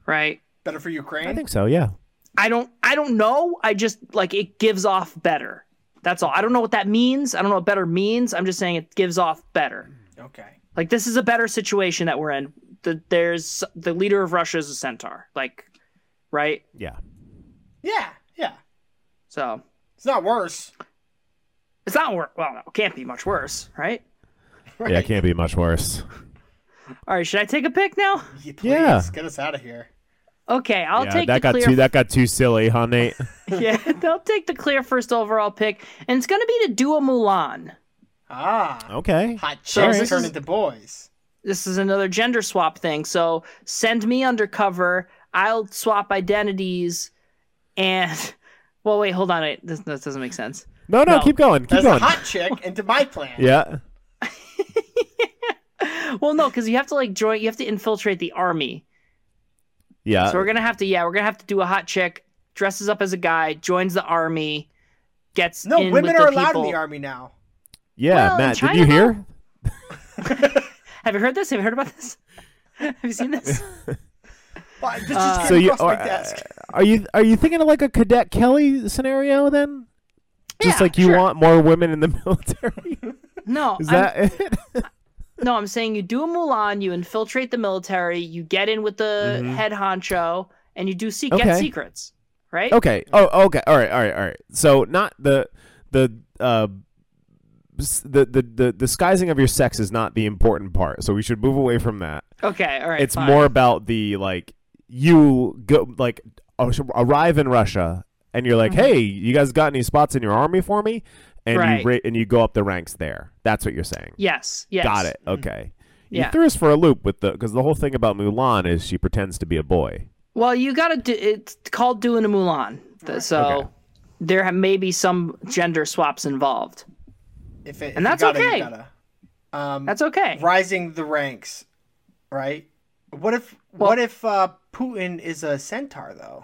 Speaker 3: right?
Speaker 1: better for Ukraine.
Speaker 2: I think so. Yeah.
Speaker 3: I don't I don't know. I just like it gives off better. That's all. I don't know what that means. I don't know what better means. I'm just saying it gives off better.
Speaker 1: okay,
Speaker 3: Like this is a better situation that we're in. The, there's the leader of Russia is a centaur. Like right?
Speaker 2: Yeah.
Speaker 1: yeah, yeah.
Speaker 3: So
Speaker 1: It's not worse.
Speaker 3: it's not wor- well, no, it can't be much worse, right?
Speaker 2: Yeah, it can't be much worse.
Speaker 3: All right, should I take a pick now?
Speaker 1: Yeah, please,
Speaker 2: Yeah.
Speaker 1: get us out of here.
Speaker 3: Okay, I'll
Speaker 2: yeah,
Speaker 3: take
Speaker 2: that
Speaker 3: the
Speaker 2: got
Speaker 3: clear
Speaker 2: too that got too silly, huh, Nate?
Speaker 3: yeah, they'll take the clear first overall pick, and it's going to be to Dua Mulan.
Speaker 1: Ah,
Speaker 2: okay.
Speaker 1: hot
Speaker 3: So
Speaker 1: chicks
Speaker 3: this
Speaker 1: turn
Speaker 3: is-
Speaker 1: into boys.
Speaker 3: This is another gender swap thing. So send me undercover. I'll swap identities, and well, wait, hold on. Wait, this, this doesn't make sense.
Speaker 2: No, no,
Speaker 3: No.
Speaker 2: keep going, keep
Speaker 1: That's a
Speaker 2: going.
Speaker 1: hot chick into my plan.
Speaker 2: yeah.
Speaker 3: Well, no, because you have to like join. You have to infiltrate the army.
Speaker 2: Yeah.
Speaker 3: So we're gonna have to. Yeah, we're gonna have to do a hot chick dresses up as a guy, joins the army, gets
Speaker 1: No,
Speaker 3: in
Speaker 1: women
Speaker 3: with
Speaker 1: are
Speaker 3: the
Speaker 1: allowed
Speaker 3: people.
Speaker 1: in the army now.
Speaker 2: yeah,
Speaker 3: Well, in
Speaker 2: Matt, did
Speaker 3: China,
Speaker 2: you hear?
Speaker 3: Have you heard this? Have you heard about this? have you seen this?
Speaker 1: Well, this just
Speaker 3: Uh,
Speaker 1: came
Speaker 2: So you
Speaker 1: across
Speaker 2: are, uh,
Speaker 1: my desk.
Speaker 2: are you are you thinking of like a Cadet Kelly scenario then? Just
Speaker 3: Yeah,
Speaker 2: like you
Speaker 3: sure.
Speaker 2: want more women in the military?
Speaker 3: No,
Speaker 2: Is
Speaker 3: I'm-
Speaker 2: that it?
Speaker 3: No, I'm saying you do a Mulan, you infiltrate the military, you get in with the head honcho, and you do see- get
Speaker 2: Mm-hmm. Okay.
Speaker 3: secrets, right?
Speaker 2: okay. Oh, okay. All right. All right. All right. So not the the uh s- the, the the disguising of your sex is not the important part. So we should move away from that.
Speaker 3: Okay, all right.
Speaker 2: it's
Speaker 3: fine.
Speaker 2: more about the like you go like ar- arrive in Russia and you're like, "Hey, you guys got any spots in your army for me?" And
Speaker 3: Mm-hmm. Right.
Speaker 2: you ra- and you go up the ranks there. That's what you're saying.
Speaker 3: Yes. Yes. Mm-hmm.
Speaker 2: Got it. Okay. You
Speaker 3: Yeah.
Speaker 2: threw us for a loop with the because the whole thing about Mulan is she pretends to be a boy.
Speaker 3: Well, you got to do. It's called doing a Mulan. Th- So
Speaker 2: Okay.
Speaker 3: there ha- may be some gender swaps involved.
Speaker 1: If it, if
Speaker 3: And that's
Speaker 1: you gotta,
Speaker 3: okay.
Speaker 1: You gotta. Um,
Speaker 3: That's okay.
Speaker 1: rising the ranks, right? What if what if uh, Putin is a centaur though?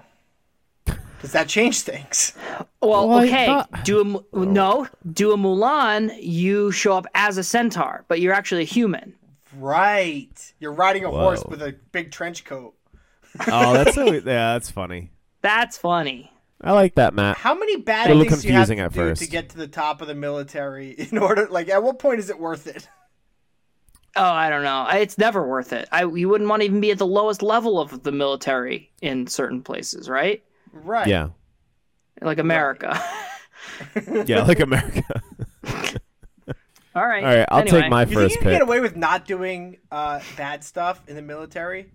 Speaker 1: Does that change things?
Speaker 3: Well,
Speaker 2: Well, I
Speaker 3: okay.
Speaker 2: thought-
Speaker 3: Do a Mu-
Speaker 2: Oh.
Speaker 3: no. Do a Mulan. You show up as a centaur, but you're actually a human.
Speaker 1: Right. You're riding a horse
Speaker 2: Whoa.
Speaker 1: with a big trench coat.
Speaker 2: Oh, that's so, yeah, that's funny.
Speaker 3: That's funny.
Speaker 2: I like that, Matt.
Speaker 1: How many bad
Speaker 2: It'll look
Speaker 1: things do you have
Speaker 2: confusing
Speaker 1: to
Speaker 2: at
Speaker 1: do to
Speaker 2: first.
Speaker 1: get to the top of the military in order? Like, at what point is it worth it?
Speaker 3: Oh, I don't know. I- It's never worth it. I, you wouldn't want to even be at the lowest level of the military in certain places, right?
Speaker 1: Right.
Speaker 2: Yeah,
Speaker 3: Like America.
Speaker 2: yeah, like America.
Speaker 3: All right.
Speaker 2: All right, I'll
Speaker 3: anyway.
Speaker 2: take my
Speaker 1: You think
Speaker 2: first
Speaker 1: you can
Speaker 2: pick.
Speaker 1: get away with not doing uh, bad stuff in the military?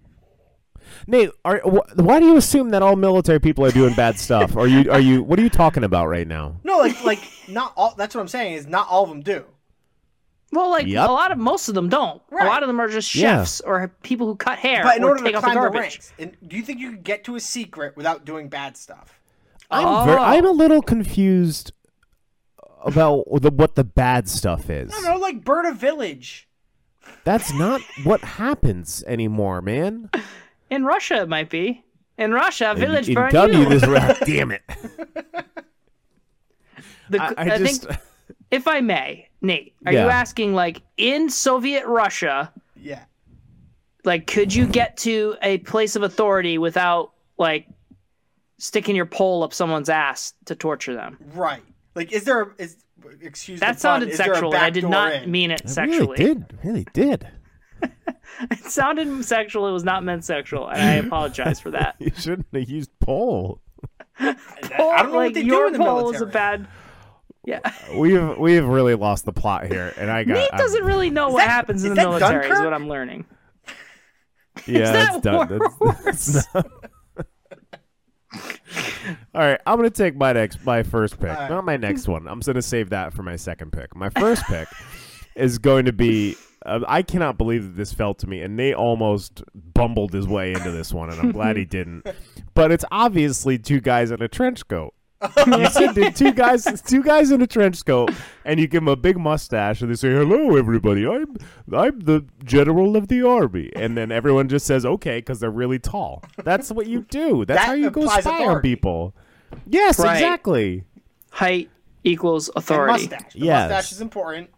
Speaker 2: Nate, are, wh- why do you assume that all military people are doing bad stuff? Are you are you what are you talking about right now?
Speaker 1: No, like, like not all. That's what I'm saying is not all of them do.
Speaker 3: Well, like
Speaker 2: Yep.
Speaker 3: a lot of most of them don't.
Speaker 1: Right.
Speaker 3: A lot of them are just
Speaker 2: Yeah.
Speaker 3: chefs or people who cut hair
Speaker 1: But in
Speaker 3: or
Speaker 1: order
Speaker 3: take
Speaker 1: to
Speaker 3: out the
Speaker 1: climb the,
Speaker 3: garbage.
Speaker 1: ranks, and do you think you could get to a secret without doing bad stuff?
Speaker 2: I'm
Speaker 3: Oh.
Speaker 2: ver- I'm a little confused about the, what the bad stuff is.
Speaker 1: I don't know, like burn a village.
Speaker 2: That's not what happens anymore, man.
Speaker 3: In Russia, it might be. In Russia, a village
Speaker 2: in
Speaker 3: burn
Speaker 2: W
Speaker 3: you.
Speaker 2: this ra- damn it.
Speaker 3: The-
Speaker 2: I, I
Speaker 3: I think-
Speaker 2: just
Speaker 3: if I may, Nate, are
Speaker 2: Yeah.
Speaker 3: you asking like in Soviet Russia,
Speaker 1: Yeah.
Speaker 3: like could you get to a place of authority without like sticking your pole up someone's ass to torture them?
Speaker 1: Right. Like, is there a, is excuse the
Speaker 3: That
Speaker 1: pun,
Speaker 3: sounded
Speaker 1: is there a
Speaker 3: sexual, and I
Speaker 1: back
Speaker 3: did
Speaker 1: door
Speaker 3: not
Speaker 1: in?
Speaker 3: mean it
Speaker 2: I
Speaker 3: sexually.
Speaker 2: really did, really did.
Speaker 3: It sounded sexual. It was not meant sexual, and I apologize for that.
Speaker 2: You shouldn't have used pole.
Speaker 1: I don't know
Speaker 3: like,
Speaker 1: what they do
Speaker 3: your
Speaker 1: in the
Speaker 3: pole is a
Speaker 1: military.
Speaker 3: bad. Yeah,
Speaker 2: We've we've really lost the plot here, and I got.
Speaker 3: Nate
Speaker 2: I'm-
Speaker 3: doesn't really know what
Speaker 1: that-
Speaker 3: happens in
Speaker 1: is
Speaker 3: the
Speaker 1: that
Speaker 3: military. Is
Speaker 1: Dunkirk?
Speaker 3: what I'm learning.
Speaker 2: Yeah,
Speaker 3: that
Speaker 2: that's done. That's-
Speaker 3: worse?
Speaker 2: that's not- All right, I'm gonna take my next, my first pick,
Speaker 1: right.
Speaker 2: not my next one. I'm gonna save that for my second pick. My first pick is going to be. Uh, I cannot believe that this fell to me, and Nate almost bumbled his way into this one, and I'm glad he didn't. But it's obviously two guys in a trench coat. you said that two guys, two guys in a trench coat, and you give them a big mustache, and they say, "Hello, everybody. I'm I'm the general of the army," and then everyone just says, "Okay," because they're really tall. That's what you do. That's
Speaker 1: That
Speaker 2: how you go spy
Speaker 1: implies
Speaker 2: on
Speaker 1: authority.
Speaker 2: people. Yes,
Speaker 3: Right.
Speaker 2: exactly.
Speaker 3: Height equals
Speaker 1: And
Speaker 3: authority
Speaker 1: mustache. The
Speaker 2: Yes.
Speaker 1: mustache is important.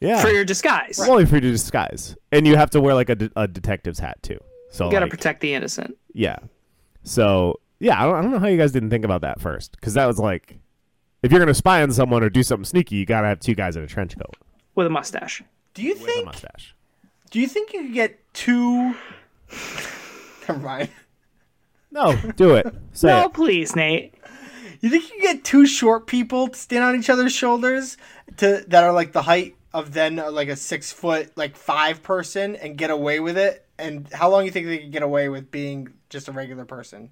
Speaker 2: Yeah,
Speaker 3: for your disguise.
Speaker 2: It's only for you to disguise, and you have to wear like a, de- a detective's hat too. So
Speaker 3: You gotta
Speaker 2: like,
Speaker 3: protect the innocent.
Speaker 2: Yeah. So yeah, I don't, I don't know how you guys didn't think about that first, because that was like, if you're gonna spy on someone or do something sneaky, you gotta have two guys in a trench coat,
Speaker 3: with a mustache.
Speaker 1: Do you
Speaker 2: with a
Speaker 1: think?
Speaker 2: mustache.
Speaker 1: Do you think you could get two? Never mind.
Speaker 2: No, do it. Say
Speaker 3: No,
Speaker 2: it.
Speaker 3: Oh, please, Nate.
Speaker 1: You think you could get two short people to stand on each other's shoulders to that are like the height of then uh, like a six foot like five person and get away with it? And how long you think they could get away with being just a regular person?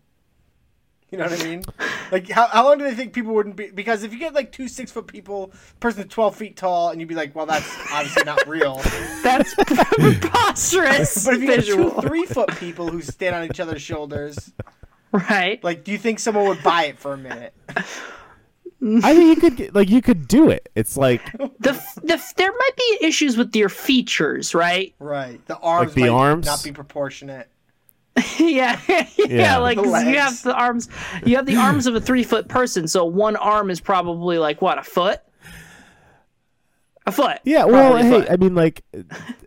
Speaker 1: You know what I mean? Like how, how long do they think people wouldn't be? Because if you get like two six foot people, person's twelve feet tall, and you'd be like, well, that's obviously not real.
Speaker 3: That's preposterous
Speaker 1: But if you get two
Speaker 3: visual,
Speaker 1: three foot people who stand on each other's shoulders,
Speaker 3: right?
Speaker 1: like do you think someone would buy it for a minute?
Speaker 2: I think you could get, like you could do it. It's like
Speaker 3: The, f- the f- there might be issues with your features, right?
Speaker 1: Right. The arms
Speaker 2: Like the
Speaker 1: might
Speaker 2: arms?
Speaker 1: not be proportionate.
Speaker 3: yeah, yeah,
Speaker 2: Yeah.
Speaker 3: Like
Speaker 1: The
Speaker 3: 'cause you
Speaker 1: legs.
Speaker 3: have the arms, you have the arms of a three foot person, so one arm is probably like what a foot, a foot.
Speaker 2: yeah. Well,
Speaker 3: Probably a
Speaker 2: hey,
Speaker 3: foot.
Speaker 2: I mean, like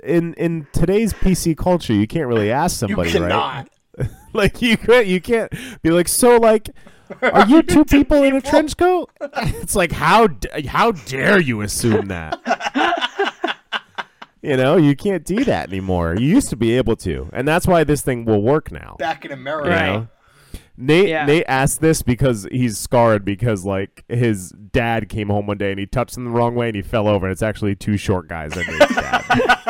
Speaker 2: in in today's PC culture, you can't really ask
Speaker 1: You
Speaker 2: somebody, right?
Speaker 1: cannot.
Speaker 2: Like you can't you can't be like so like. Are you two people in a trench coat? It's like how d- how dare you assume that? you know you can't do that anymore. You used to be able to, and that's why this thing will work now.
Speaker 1: Back in America.
Speaker 2: you
Speaker 3: Right.
Speaker 2: know? Nate
Speaker 3: Yeah.
Speaker 2: Nate asked this because he's scarred because like his dad came home one day and he touched him the wrong way and he fell over and it's actually two short guys and Nate's dad.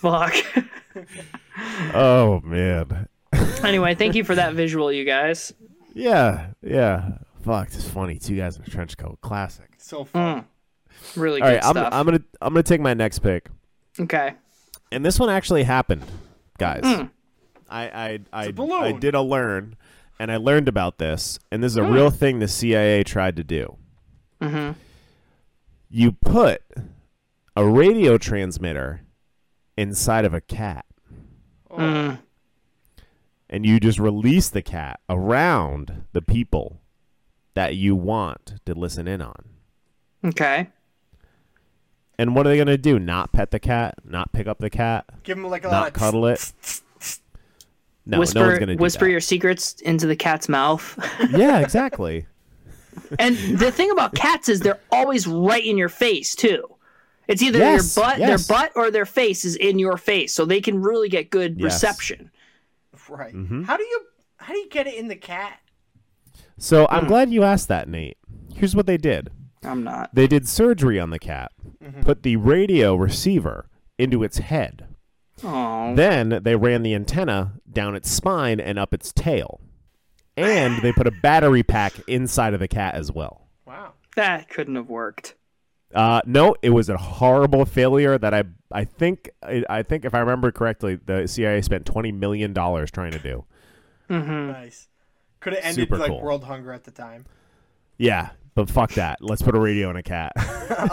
Speaker 3: Fuck.
Speaker 2: oh man.
Speaker 3: Anyway, thank you for that visual, you guys.
Speaker 2: Yeah, yeah. Fuck, it's funny. Two guys in a trench coat. Classic.
Speaker 1: So fun.
Speaker 3: Mm, Really
Speaker 2: All
Speaker 3: good
Speaker 2: right, I'm,
Speaker 3: stuff.
Speaker 2: I'm gonna I'm gonna take my next pick,
Speaker 3: Okay.
Speaker 2: and this one actually happened, guys.
Speaker 3: Hmm.
Speaker 2: I I I,
Speaker 1: a balloon.
Speaker 2: I did a learn, and I learned about this, and this is a real thing the CIA tried to do.
Speaker 3: Mm-hmm.
Speaker 2: You put a radio transmitter inside of a cat,
Speaker 1: Oh,
Speaker 3: mm.
Speaker 2: and you just release the cat around the people that you want to listen in on.
Speaker 3: Okay.
Speaker 2: And what are they going to do? Not pet the cat? Not pick up the cat?
Speaker 1: Give him like a lot
Speaker 2: Not
Speaker 1: of
Speaker 2: cuddle it? No,
Speaker 3: Uh, whisper
Speaker 2: no one's going to do
Speaker 3: whisper
Speaker 2: that.
Speaker 3: your secrets into the cat's mouth.
Speaker 2: yeah, exactly.
Speaker 3: and the thing about cats is they're always right in your face too. It's either
Speaker 2: Yes,
Speaker 3: your butt,
Speaker 2: yes.
Speaker 3: their butt, or their face is in your face, so they can really get good
Speaker 2: Yes.
Speaker 3: reception.
Speaker 1: right.
Speaker 2: Mm-hmm.
Speaker 1: How do you how do you get it in the cat?
Speaker 2: So I'm
Speaker 3: Hmm.
Speaker 2: glad you asked that, Nate. Here's what they did
Speaker 3: I'm not.
Speaker 2: they did surgery on the cat,
Speaker 3: Mm-hmm.
Speaker 2: put the radio receiver into its head.
Speaker 3: Oh,
Speaker 2: Then they ran the antenna down its spine and up its tail. And they put a battery pack inside of the cat as well.
Speaker 1: Wow.
Speaker 3: that couldn't have worked.
Speaker 2: Uh, no, it was a horrible failure that I I think I, I think if I remember correctly, the CIA spent twenty million dollars trying to do.
Speaker 3: Mm.
Speaker 1: Nice. Could have ended
Speaker 2: Super
Speaker 1: like
Speaker 2: cool.
Speaker 1: world hunger at the time.
Speaker 2: Yeah, but fuck that. Let's put a radio in a cat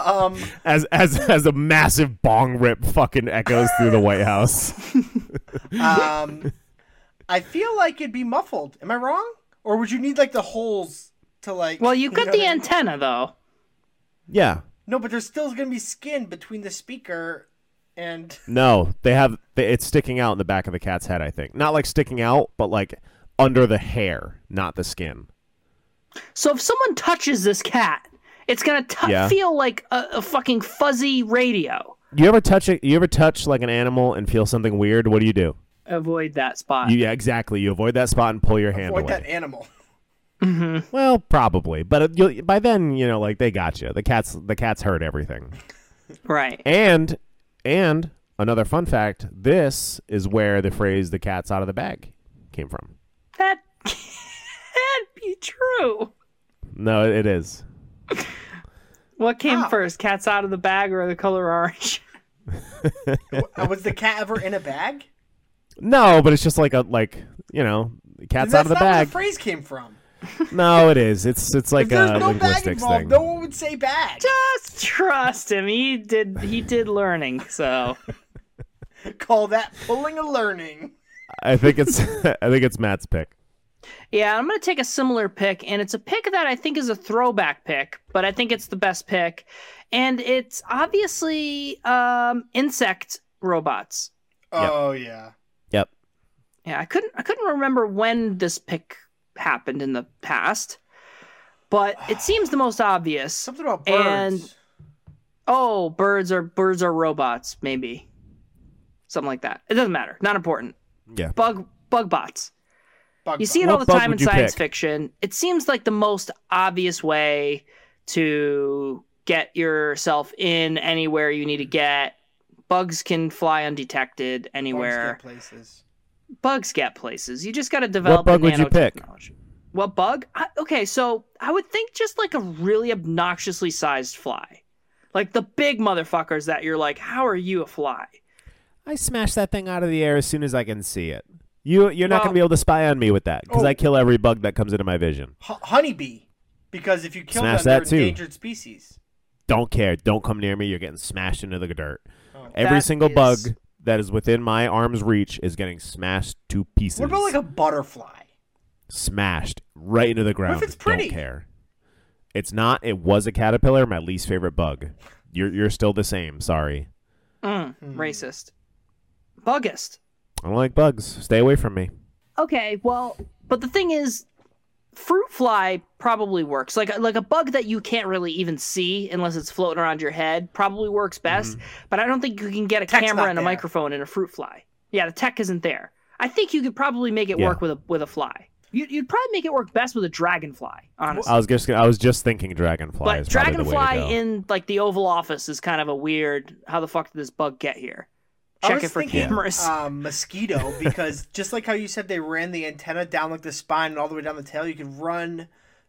Speaker 1: Um,
Speaker 2: as as as a massive bong rip fucking echoes through the White House.
Speaker 1: um, I feel like it'd be muffled. Am I wrong? Or would you need like the holes to like?
Speaker 3: Well, you've got
Speaker 1: know
Speaker 3: the
Speaker 1: what I mean?
Speaker 3: antenna though.
Speaker 2: Yeah,
Speaker 1: No, but there's still gonna be skin between the speaker and
Speaker 2: no, they have they, it's sticking out in the back of the cat's head. I think not like sticking out, but like under the hair, not the skin.
Speaker 3: So if someone touches this cat, it's gonna tou-
Speaker 2: Yeah.
Speaker 3: feel like a, a fucking fuzzy radio.
Speaker 2: You ever touch it? You ever touch like an animal and feel something weird? What do you do?
Speaker 3: Avoid that spot.
Speaker 2: You, yeah, exactly. You avoid that spot and pull your hand
Speaker 1: avoid
Speaker 2: away.
Speaker 1: that animal.
Speaker 2: Well, probably, but it- you'll, by then, you know, like they got you. The cats, the cats heard everything.
Speaker 3: right.
Speaker 2: And, and another fun fact: this is where the phrase "the cat's out of the bag" came from.
Speaker 3: That can't be true.
Speaker 2: No, it is.
Speaker 3: What came
Speaker 1: Wow.
Speaker 3: first, cats out of the bag or the color orange?
Speaker 1: Uh, Was the cat ever in a bag?
Speaker 2: No, but it's just like a like you know, the cat's out
Speaker 1: that's
Speaker 2: of the
Speaker 1: not where
Speaker 2: bag.
Speaker 1: the phrase came from.
Speaker 2: no, it is. It's it's like
Speaker 1: If there's
Speaker 2: a
Speaker 1: no bag
Speaker 2: linguistics
Speaker 1: involved,
Speaker 2: thing.
Speaker 1: no one would say bag.
Speaker 3: Just trust him. He did. He did learning. So
Speaker 1: Call that pulling a learning.
Speaker 2: I think it's I think it's Matt's pick.
Speaker 3: yeah, I'm gonna take a similar pick, and it's a pick that I think is a throwback pick, but I think it's the best pick, and it's obviously um, insect robots.
Speaker 1: Oh yeah.
Speaker 2: Yep.
Speaker 3: Yeah, I couldn't I couldn't remember when this pick happened in the past, but it seems the most obvious.
Speaker 1: Something about birds.
Speaker 3: And- Oh, birds are birds are robots, maybe. Something like that. It doesn't matter. Not important.
Speaker 2: Yeah.
Speaker 3: Bug bug bots.
Speaker 1: Bug
Speaker 3: You see it
Speaker 2: What
Speaker 3: all the
Speaker 2: bug
Speaker 3: time in
Speaker 2: would you
Speaker 3: science
Speaker 2: pick?
Speaker 3: fiction. It seems like the most obvious way to get yourself in anywhere you need to get. Bugs can fly
Speaker 1: Hmm.
Speaker 3: undetected
Speaker 1: bugs
Speaker 3: anywhere.
Speaker 1: get places.
Speaker 3: bugs get places. You just got to develop.
Speaker 2: bug
Speaker 3: the
Speaker 2: would you pick?
Speaker 3: nanotechnology. What bug? I, okay, so I would think just like a really obnoxiously sized fly, like the big motherfuckers that you're like, how are you a fly?
Speaker 2: I smash that thing out of the air as soon as I can see it. You you're not
Speaker 3: Well-
Speaker 2: gonna be able to spy on me with that because
Speaker 1: Oh.
Speaker 2: I kill every bug that comes into my vision.
Speaker 1: H- honeybee, because if you kill
Speaker 2: Smash
Speaker 1: them,
Speaker 2: that,
Speaker 1: they're
Speaker 2: too.
Speaker 1: endangered species.
Speaker 2: Don't care. Don't come near me. You're getting smashed into the dirt.
Speaker 1: Oh.
Speaker 2: Every
Speaker 3: That
Speaker 2: single
Speaker 3: is-
Speaker 2: bug that is within my arm's reach is getting smashed to pieces.
Speaker 1: What about like a butterfly?
Speaker 2: smashed right into the ground?
Speaker 1: it's pretty?
Speaker 2: Don't care. It's not. It was a caterpillar, my least favorite bug. You're you're still the same. Sorry.
Speaker 3: Mm,
Speaker 1: Hmm.
Speaker 3: Racist. Buggist.
Speaker 2: I don't like bugs. Stay away from me.
Speaker 3: Okay, well, but the thing is, fruit fly probably works. Like like a bug that you can't really even see unless it's floating around your head probably works best.
Speaker 2: Mm-hmm.
Speaker 3: But I don't think you can get a
Speaker 1: Tech's
Speaker 3: camera
Speaker 1: not
Speaker 3: and a
Speaker 1: there.
Speaker 3: microphone in a fruit fly. Yeah, the tech isn't there. I think you could probably make it
Speaker 2: Yeah.
Speaker 3: work with a with a fly. You, you'd probably make it work best with a dragonfly, honestly.
Speaker 2: I was just gonna- I was just thinking dragonfly.
Speaker 3: but
Speaker 2: is probably the way to
Speaker 3: dragonfly
Speaker 2: go.
Speaker 3: in like the Oval Office is kind of a weird. How the fuck did this bug get here? Check it for cameras.
Speaker 1: um, mosquito because just like how you said they ran the antenna down like the spine and all the way down the tail, you could run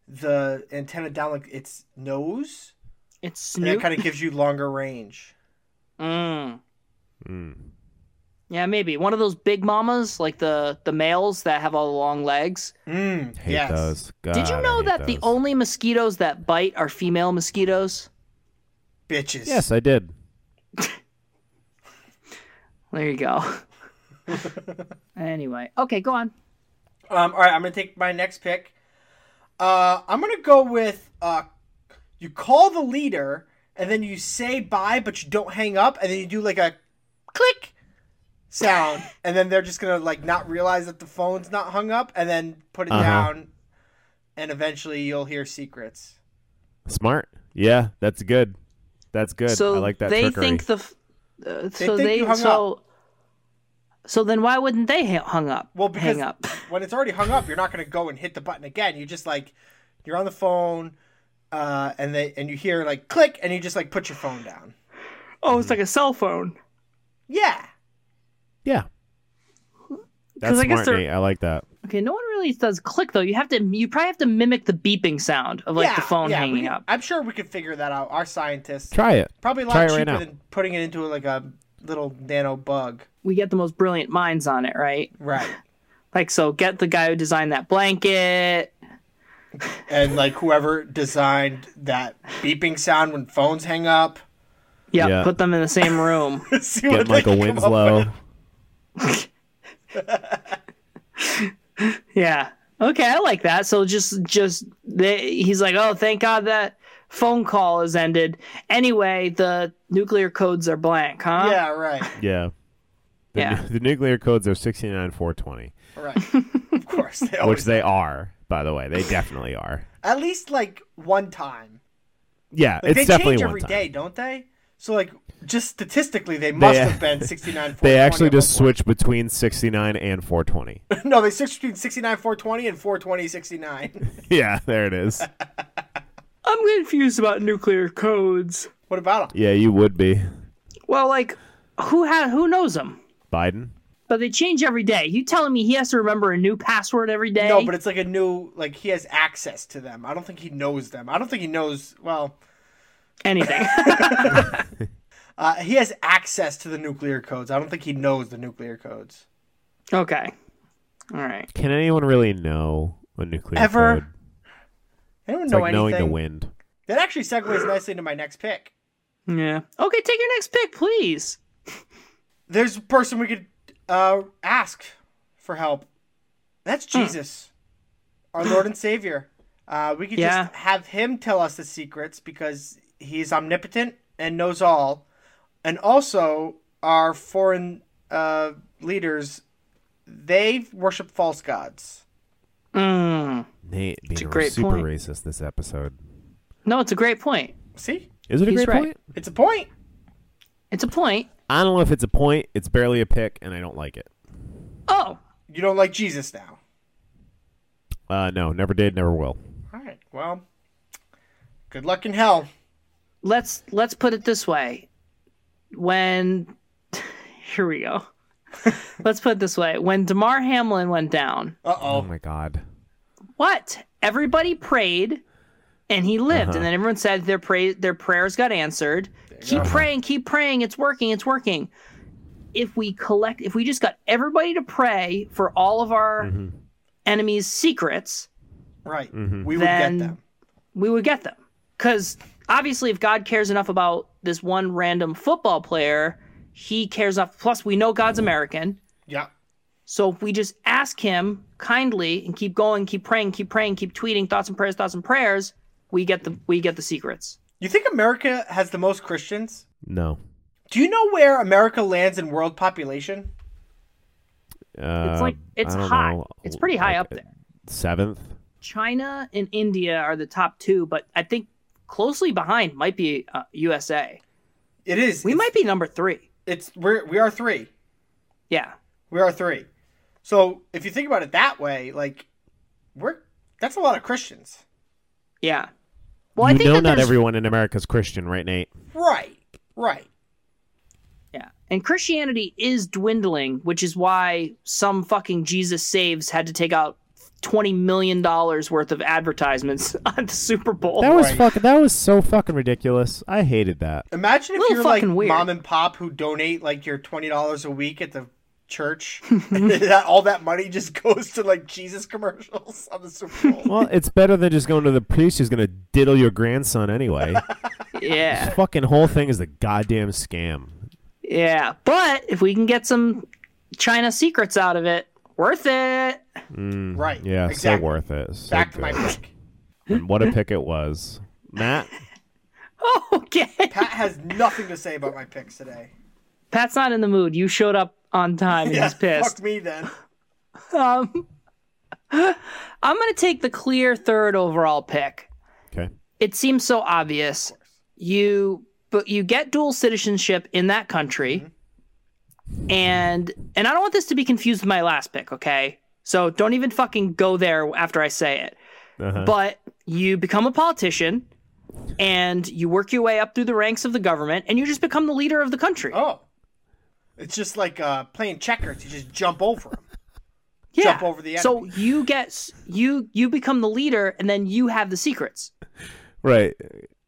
Speaker 1: the antenna down like its nose,
Speaker 3: it's
Speaker 1: and
Speaker 3: Snoop.
Speaker 1: that kind of gives you longer range.
Speaker 3: Mm.
Speaker 2: Mm.
Speaker 3: Yeah, maybe one of those big mamas, like the the males that have all the long legs.
Speaker 1: Mm,
Speaker 2: Hate
Speaker 1: yes.
Speaker 2: those.
Speaker 3: Did
Speaker 2: God, Ah, I
Speaker 3: you know
Speaker 2: hate
Speaker 3: that the
Speaker 2: those.
Speaker 3: only mosquitoes that bite are female mosquitoes?
Speaker 1: Bitches.
Speaker 2: Yes, I did.
Speaker 3: There you go. anyway, okay, go on.
Speaker 1: Um, all right, I'm gonna take my next pick. Uh, I'm gonna go with uh, you call the leader and then you say bye, but you don't hang up, and then you do like a click sound, and then they're just gonna like not realize that the phone's not hung up, and then put it
Speaker 2: Uh-huh.
Speaker 1: down, and eventually you'll hear secrets.
Speaker 2: Smart. Yeah, that's good. That's good.
Speaker 3: So
Speaker 2: I like that
Speaker 3: they
Speaker 2: trickery.
Speaker 3: think the. f- Uh, so
Speaker 1: think
Speaker 3: they
Speaker 1: you hung
Speaker 3: so. So then, why wouldn't they ha- hung up?
Speaker 1: Well, because
Speaker 3: hang up.
Speaker 1: when it's already hung up, you're not gonna go and hit the button again. You just like you're on the phone, uh, and they and you hear like click, and you just like put your phone down.
Speaker 3: Oh, it's like a cell phone.
Speaker 1: Yeah.
Speaker 2: yeah. That's
Speaker 3: I guess
Speaker 2: smart,
Speaker 3: they're-
Speaker 2: Nate. I like that.
Speaker 3: Okay, no one really does click though. You have to. You probably have to mimic the beeping sound of like the phone
Speaker 1: we
Speaker 3: hanging
Speaker 1: can-
Speaker 3: up.
Speaker 1: I'm sure we could figure that out. Our scientists
Speaker 2: Try it.
Speaker 1: probably a
Speaker 2: try
Speaker 1: lot
Speaker 2: it right
Speaker 1: cheaper
Speaker 2: now.
Speaker 1: than putting it into like a little nano bug.
Speaker 3: We get the most brilliant minds on it, right?
Speaker 1: Right.
Speaker 3: Like, so get the guy who designed that blanket.
Speaker 1: And like whoever designed that beeping sound when phones hang up.
Speaker 3: Yep,
Speaker 2: Yeah.
Speaker 3: put them in the same room.
Speaker 1: See
Speaker 2: Get
Speaker 1: what they
Speaker 2: Michael
Speaker 1: can come up with.
Speaker 2: Winslow.
Speaker 3: yeah. Okay, I like that. So just just they, he's like, "Oh, thank God that phone call is ended." Anyway, the nuclear codes are blank, huh?
Speaker 1: Yeah, right.
Speaker 2: Yeah. The,
Speaker 3: Yeah.
Speaker 2: the nuclear codes are 69420,
Speaker 1: Right. of course. They
Speaker 2: which
Speaker 1: always,
Speaker 2: they are, by the way. They definitely are.
Speaker 1: At least like one time.
Speaker 2: Yeah,
Speaker 1: Like,
Speaker 2: it's
Speaker 1: they
Speaker 2: definitely
Speaker 1: change
Speaker 2: one
Speaker 1: every
Speaker 2: time.
Speaker 1: day, don't they? So like just statistically they must have been 69
Speaker 2: They
Speaker 1: 420
Speaker 2: actually
Speaker 1: at one
Speaker 2: just
Speaker 1: point.
Speaker 2: switch between 69 and 420.
Speaker 1: No, they switched between 69 420 and 420 69.
Speaker 2: yeah, there it is.
Speaker 3: I'm confused about nuclear codes.
Speaker 1: What about them?
Speaker 2: Yeah, you would be.
Speaker 3: Well, like who ha- who knows them?
Speaker 2: Biden?
Speaker 3: But they change every day. You telling me he has to remember a new password every day?
Speaker 1: No, but it's like a new like he has access to them. I don't think he knows them. I don't think he knows well,
Speaker 3: anything.
Speaker 1: uh, he has access to the nuclear codes. I don't think he knows the nuclear codes.
Speaker 3: okay. All right.
Speaker 2: Can anyone really know a nuclear
Speaker 1: Ever
Speaker 2: code?
Speaker 1: Anyone
Speaker 2: It's
Speaker 1: know
Speaker 2: like knowing
Speaker 1: anything?
Speaker 2: the wind.
Speaker 1: That actually segues nicely into my next pick.
Speaker 3: Yeah. Okay, take your next pick, please.
Speaker 1: There's a person we could uh, ask for help. That's
Speaker 3: Hmm.
Speaker 1: Jesus, our Lord and Savior. Uh, we could
Speaker 3: Yeah.
Speaker 1: just have him tell us the secrets because he's omnipotent and knows all. And also, our foreign uh, leaders, they worship false gods.
Speaker 3: Mm.
Speaker 2: Nate being
Speaker 3: a great
Speaker 2: super
Speaker 3: point.
Speaker 2: racist this episode.
Speaker 3: No, it's a great point.
Speaker 1: See?
Speaker 2: Is it a
Speaker 3: He's
Speaker 2: great
Speaker 3: right.
Speaker 2: point?
Speaker 1: It's a point.
Speaker 3: It's a point.
Speaker 2: I don't know if it's a point. It's barely a pick, and I don't like it.
Speaker 3: Oh,
Speaker 1: You don't like Jesus now.
Speaker 2: Uh, no, never did, never will.
Speaker 1: All right. Well, good luck in hell.
Speaker 3: let's let's put it this way. When here we go. let's put it this way. When Damar Hamlin went down,
Speaker 1: Uh
Speaker 2: Oh
Speaker 1: oh.
Speaker 2: my god.
Speaker 3: what? Everybody prayed and he lived and then everyone said their pray their prayers got answered. Keep praying, keep praying. It's working, it's working. If we collect if we just got everybody to pray for all of our enemies' secrets,
Speaker 1: Right. We would
Speaker 3: Then-
Speaker 1: get them.
Speaker 3: we would get them. Because obviously, if God cares enough about this one random football player, he cares enough. Plus, we know God's American.
Speaker 1: Yeah.
Speaker 3: So if we just ask him kindly and keep going, keep praying, keep praying, keep tweeting thoughts and prayers, thoughts and prayers, we get the we get the secrets.
Speaker 1: You think America has the most Christians?
Speaker 2: No.
Speaker 1: Do you know where America lands in world population?
Speaker 2: Uh,
Speaker 3: It's like it's
Speaker 2: I don't
Speaker 3: high.
Speaker 2: know,
Speaker 3: It's pretty high
Speaker 2: like,
Speaker 3: up there.
Speaker 2: Seventh.
Speaker 3: China and India are the top two, but I think closely behind might be uh, USA.
Speaker 1: It is.
Speaker 3: We
Speaker 1: it's,
Speaker 3: might be number three.
Speaker 1: It's we're we are three.
Speaker 3: Yeah.
Speaker 1: We are three. So if you think about it that way, like we're that's a lot of Christians.
Speaker 3: Yeah. Well, I
Speaker 2: you
Speaker 3: think
Speaker 2: know
Speaker 3: that
Speaker 2: not
Speaker 3: there's-
Speaker 2: everyone in America's Christian, right, Nate?
Speaker 1: Right. Right.
Speaker 3: Yeah. And Christianity is dwindling, which is why some fucking Jesus Saves had to take out twenty million dollars worth of advertisements on the Super Bowl.
Speaker 2: That was
Speaker 1: Right.
Speaker 2: fucking. That was so fucking ridiculous. I hated that.
Speaker 1: Imagine if
Speaker 3: Little
Speaker 1: you're like
Speaker 3: fucking weird.
Speaker 1: mom and pop who donate like your twenty dollars a week at the church. and that, all that money just goes to like Jesus commercials on the Super Bowl.
Speaker 2: Well, it's better than just going to the priest who's gonna diddle your grandson anyway.
Speaker 3: yeah,
Speaker 2: fucking whole thing is a goddamn scam.
Speaker 3: yeah. But if we can get some China secrets out of it, worth it.
Speaker 1: right?
Speaker 2: Mm, Yeah,
Speaker 1: Exactly.
Speaker 2: so worth it. So
Speaker 1: Back to my
Speaker 2: good.
Speaker 1: pick.
Speaker 2: And what a pick it was, Matt.
Speaker 3: Oh, okay.
Speaker 1: Pat has nothing to say about my picks today.
Speaker 3: Pat's not in the mood. You showed up on time. He's pissed.
Speaker 1: Fuck me then.
Speaker 3: Um, I'm gonna take the clear third overall pick.
Speaker 2: Okay.
Speaker 3: It seems so obvious. You but you get dual citizenship in that country.
Speaker 2: Mm-hmm.
Speaker 3: And and I don't want this to be confused with my last pick, okay? So don't even fucking go there after I say it.
Speaker 2: Uh-huh.
Speaker 3: But you become a politician and you work your way up through the ranks of the government and you just become the leader of the country.
Speaker 1: Oh, it's just like uh, playing checkers. You just jump over 'em.
Speaker 3: yeah.
Speaker 1: jump over the
Speaker 3: So you get s- you you become the leader and then you have the secrets.
Speaker 2: Right.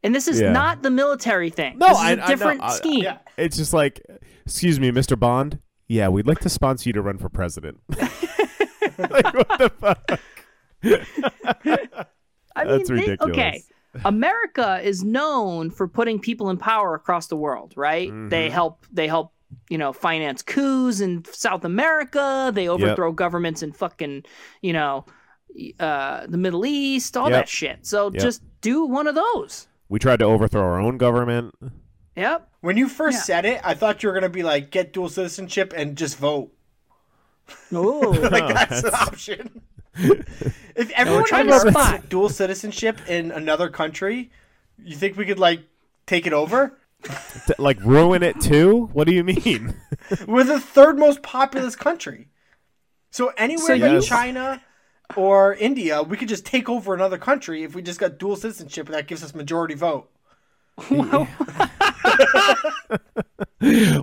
Speaker 3: And this is
Speaker 2: Yeah.
Speaker 3: not the military thing.
Speaker 2: No,
Speaker 3: this is
Speaker 2: I-
Speaker 3: a
Speaker 2: I know.
Speaker 3: different
Speaker 2: I-
Speaker 3: scheme.
Speaker 1: Yeah.
Speaker 2: It's just like, excuse me, Mr. Bond. Yeah, we'd like to sponsor you to run for president. like what the fuck?
Speaker 3: I mean,
Speaker 2: That's
Speaker 3: they-
Speaker 2: ridiculous.
Speaker 3: okay. America is known for putting people in power across the world, right?
Speaker 2: Mm-hmm.
Speaker 3: They help they help, you know, finance coups in South America, they overthrow governments in fucking, you know, uh the Middle East, all
Speaker 2: Yep.
Speaker 3: that shit. So
Speaker 2: Yep.
Speaker 3: just do one of those.
Speaker 2: We tried to overthrow our own government.
Speaker 3: Yep.
Speaker 1: When you first
Speaker 3: Yeah.
Speaker 1: said it, I thought you were gonna be like, get dual citizenship and just vote.
Speaker 3: Oh.
Speaker 1: Like that's, an option. if everyone
Speaker 3: trying to
Speaker 1: ever took
Speaker 3: spy.
Speaker 1: dual citizenship in another country, you think we could like take it over?
Speaker 2: T- like ruin it too? What do you mean?
Speaker 1: We're the third most populous country. So anywhere
Speaker 3: So
Speaker 1: like
Speaker 2: you-
Speaker 1: China or India, we could just take over another country if we just got dual citizenship and that gives us majority vote.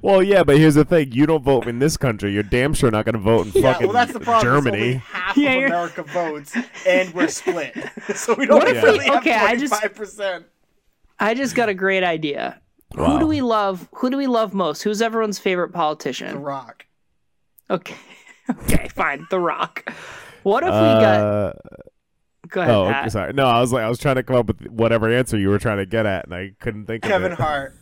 Speaker 2: well, yeah, but here's the thing: you don't vote in this country. You're damn sure not going to vote in
Speaker 1: Yeah,
Speaker 2: fucking
Speaker 1: well that's the problem. is
Speaker 2: Germany.
Speaker 1: Only half
Speaker 3: Yeah,
Speaker 1: of
Speaker 3: you're-
Speaker 1: America votes and we're split. so we don't
Speaker 3: What if we-
Speaker 1: really have
Speaker 3: okay, I just-
Speaker 1: 25%.
Speaker 3: I just got a great idea. Who
Speaker 2: Wow.
Speaker 3: do we love? Who do we love most? Who's everyone's favorite
Speaker 1: The
Speaker 3: politician?
Speaker 1: Rock.
Speaker 3: Okay. Okay, fine. The Rock. What if we got
Speaker 2: Uh,
Speaker 3: Go ahead.
Speaker 2: oh,
Speaker 3: Pat.
Speaker 2: okay, sorry. No, I was like, I was trying to come up with whatever answer you were trying to get at, and I couldn't think
Speaker 1: Kevin
Speaker 2: of
Speaker 1: Hart.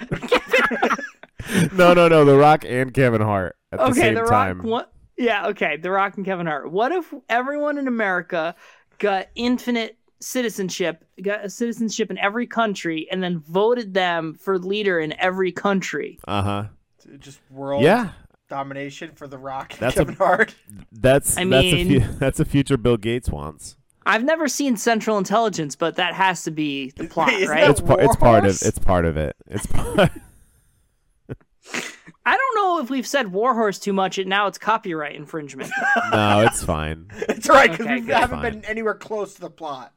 Speaker 2: it. No, no, no. The Rock and Kevin Hart at the
Speaker 3: okay,
Speaker 2: same
Speaker 3: The Rock.
Speaker 2: time.
Speaker 3: What? Yeah, okay, The Rock and Kevin Hart. What if everyone in America got infinite citizenship, got a citizenship in every country, and then voted them for leader in every country?
Speaker 2: Uh huh.
Speaker 1: Just world
Speaker 2: Yeah,
Speaker 1: domination for The Rock and
Speaker 2: That's a-
Speaker 1: Kevin Hart.
Speaker 2: that's that's
Speaker 3: I mean-
Speaker 2: a fu- that's a future Bill Gates wants.
Speaker 3: I've never seen Central Intelligence, but that has to be the plot,
Speaker 1: Wait, isn't
Speaker 3: right?
Speaker 1: that
Speaker 2: It's par- it's part of
Speaker 1: Warhorse?
Speaker 2: it's part of it. It's part.
Speaker 3: I don't know if we've said Warhorse too much, and now it's copyright infringement.
Speaker 2: no, it's fine.
Speaker 1: It's all right because
Speaker 3: Okay,
Speaker 1: we
Speaker 3: good.
Speaker 1: haven't
Speaker 2: Fine.
Speaker 1: been anywhere close to the plot.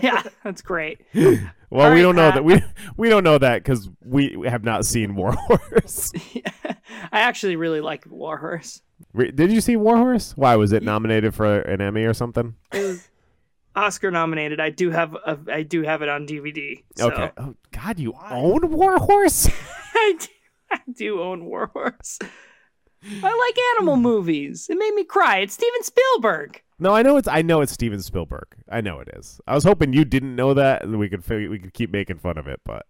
Speaker 3: yeah, that's great.
Speaker 2: Well,
Speaker 3: All
Speaker 2: we
Speaker 3: right,
Speaker 2: don't know
Speaker 3: Pat.
Speaker 2: that we we don't know that because we have not seen Warhorse.
Speaker 3: I actually really like Warhorse.
Speaker 2: Re- Did you see Warhorse? Why was it nominated for an Emmy or something?
Speaker 3: Oscar nominated. I do have a, I do have it on DVD. So.
Speaker 2: Okay. Oh God, you own Warhorse?
Speaker 3: I do, I do own Warhorse. I like animal movies. It made me cry. It's Steven Spielberg.
Speaker 2: no, I know it's I know it's Steven Spielberg. I know it is. I was hoping you didn't know that, and we could fig- we could keep making fun of it. But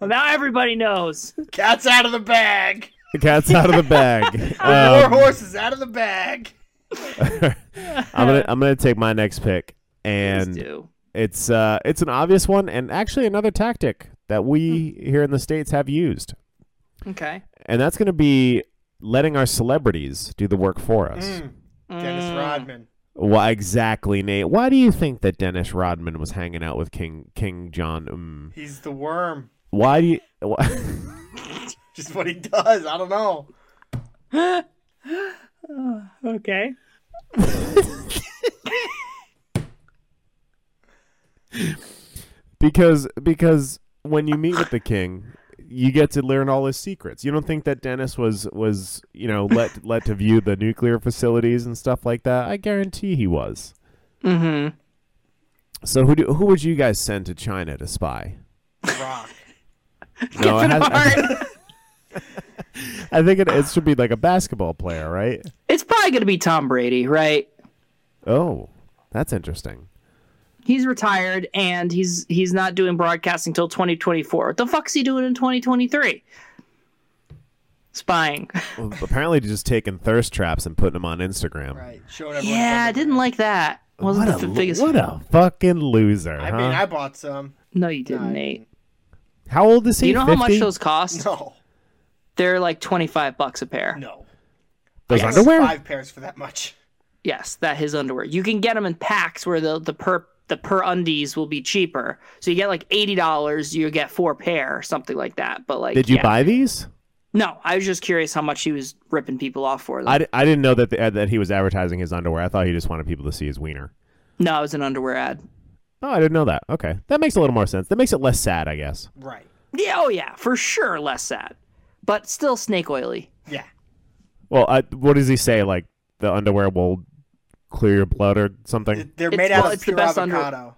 Speaker 3: Well, now everybody knows.
Speaker 1: Cat's out of the bag.
Speaker 2: the cat's out of the bag.
Speaker 1: War
Speaker 2: Um,
Speaker 1: horse is out of the bag.
Speaker 2: I'm gonna I'm gonna take my next pick,
Speaker 3: Please
Speaker 2: and
Speaker 3: do.
Speaker 2: it's uh it's an obvious one, and actually another tactic that we here in the states have used.
Speaker 3: Okay.
Speaker 2: and that's going to be letting our celebrities do the work for us.
Speaker 1: Mm. Dennis
Speaker 3: Hmm.
Speaker 1: Rodman.
Speaker 2: Why exactly, Nate? Why do you think that Dennis Rodman was hanging out with King King John? Mm.
Speaker 1: He's the worm.
Speaker 2: Why do you? Why,
Speaker 1: Just what he does. I don't know.
Speaker 3: Okay.
Speaker 2: because because when you meet with the king, you get to learn all his secrets. You don't think that Dennis was was you know let let to view the nuclear facilities and stuff like that? I guarantee he was.
Speaker 3: Mm-hmm.
Speaker 2: So who do, who would you guys send to China to spy?
Speaker 1: Rock.
Speaker 2: No, it
Speaker 3: Kevin
Speaker 2: has-
Speaker 3: Hart.
Speaker 2: I think it, it should be like a basketball player, right?
Speaker 3: it's probably going to be Tom Brady, right?
Speaker 2: Oh, that's interesting.
Speaker 3: He's retired and he's he's not doing broadcasting till 2024. What the fuck's he doing in 2023? Spying.
Speaker 2: Well, apparently, just taking thirst traps and putting them on Instagram.
Speaker 1: Right. Showing everyone.
Speaker 3: Yeah, I
Speaker 1: thunder.
Speaker 3: didn't like that. Wasn't
Speaker 2: What
Speaker 3: the
Speaker 2: a,
Speaker 3: f- biggest.
Speaker 2: what a fucking loser,
Speaker 1: I
Speaker 2: huh?
Speaker 1: mean, I bought some.
Speaker 3: No, you didn't,
Speaker 1: I-
Speaker 3: Nate.
Speaker 2: How old is he?
Speaker 3: You know how much
Speaker 2: 50?
Speaker 3: those cost?
Speaker 1: No.
Speaker 3: They're like 25 bucks a pair.
Speaker 1: No.
Speaker 2: Those
Speaker 1: That's
Speaker 2: underwear?
Speaker 1: Five pairs for that much.
Speaker 3: Yes, that his underwear. You can get them in packs where the the per the per undies will be cheaper. So you get like eighty dollars, you get four pair or something like that. But like,
Speaker 2: Did you
Speaker 3: yeah.
Speaker 2: buy these?
Speaker 3: No, I was just curious how much he was ripping people off for. Them.
Speaker 2: I, di- I didn't know that the, uh, that he was advertising his underwear. I thought he just wanted people to see his wiener.
Speaker 3: no, it was an underwear ad.
Speaker 2: Oh, I didn't know that. Okay, that makes a little more sense. That makes it less sad, I guess.
Speaker 1: Right.
Speaker 3: Yeah, oh yeah, for sure, less sad, but still snake oily.
Speaker 1: Yeah.
Speaker 2: Well, I, what does he say? Like the underwear will clear your blood or something?
Speaker 1: They're
Speaker 3: It's-
Speaker 1: made
Speaker 3: well,
Speaker 1: out of
Speaker 3: it's the
Speaker 1: pure
Speaker 3: best under-
Speaker 1: avocado.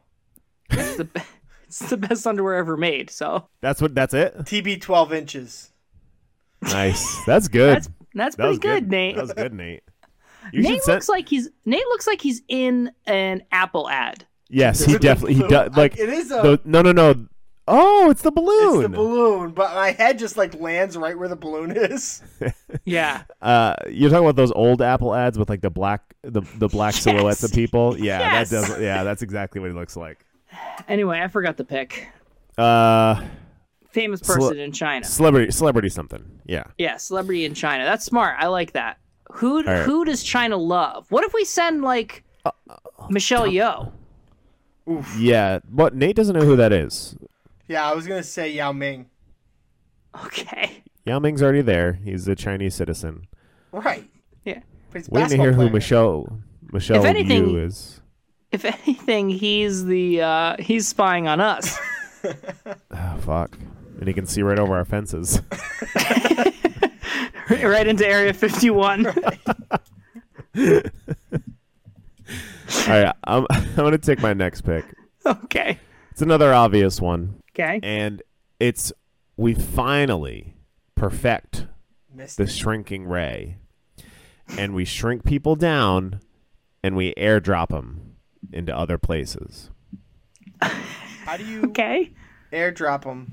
Speaker 3: It's the be- it's the best underwear ever made. So
Speaker 2: That's what. That's it.
Speaker 1: TB 12 inches.
Speaker 2: Nice. That's good.
Speaker 3: that's that's
Speaker 2: that
Speaker 3: pretty
Speaker 2: was
Speaker 3: good, Nate.
Speaker 2: That was good, Nate. You
Speaker 3: Nate
Speaker 2: should send-
Speaker 3: looks like he's Nate looks like he's in an Apple ad.
Speaker 2: Yes, he
Speaker 1: It's
Speaker 2: definitely. He
Speaker 1: the
Speaker 2: does.
Speaker 1: balloon.
Speaker 2: Like
Speaker 1: it is a.
Speaker 2: the, no, no, no. Oh, it's the
Speaker 1: it's the
Speaker 2: balloon.
Speaker 1: balloon, but my head just like lands right where the balloon is.
Speaker 3: Yeah.
Speaker 2: Uh, you're talking about those old Apple ads with like the black, the the black
Speaker 3: Yes.
Speaker 2: silhouettes of people. Yeah,
Speaker 3: Yes.
Speaker 2: that does. Yeah, that's exactly what he looks like.
Speaker 3: Anyway, I forgot the pick.
Speaker 2: Uh,
Speaker 3: famous
Speaker 2: Cele-
Speaker 3: person in China.
Speaker 2: celebrity, celebrity, something. Yeah.
Speaker 3: Yeah, celebrity in China. That's smart. I like that. Who
Speaker 2: right. Uh,
Speaker 3: who does China love? What if we send like Michelle Yeoh?
Speaker 2: Yeah, but Nate doesn't know who that is.
Speaker 1: Yeah, I was gonna say Yao Ming.
Speaker 3: Okay.
Speaker 2: Yao Ming's already there. He's a Chinese citizen.
Speaker 1: Right.
Speaker 3: Yeah.
Speaker 1: But he's
Speaker 2: Waiting to
Speaker 1: basketball
Speaker 2: hear who
Speaker 1: player.
Speaker 2: Michelle Michelle
Speaker 3: If anything-
Speaker 2: Yu is.
Speaker 3: If anything, he's the uh he's spying on us.
Speaker 2: Oh, fuck. And he can see right over our fences.
Speaker 3: right into Area 51.
Speaker 2: All right, I'm I'm gonna take my next pick.
Speaker 3: okay.
Speaker 2: It's another obvious one,
Speaker 3: Okay.
Speaker 2: and it's we finally perfect
Speaker 1: Missed
Speaker 2: the
Speaker 1: it.
Speaker 2: shrinking ray, and we shrink people down, and we airdrop them into other places.
Speaker 1: How do you
Speaker 3: Okay.
Speaker 1: airdrop them?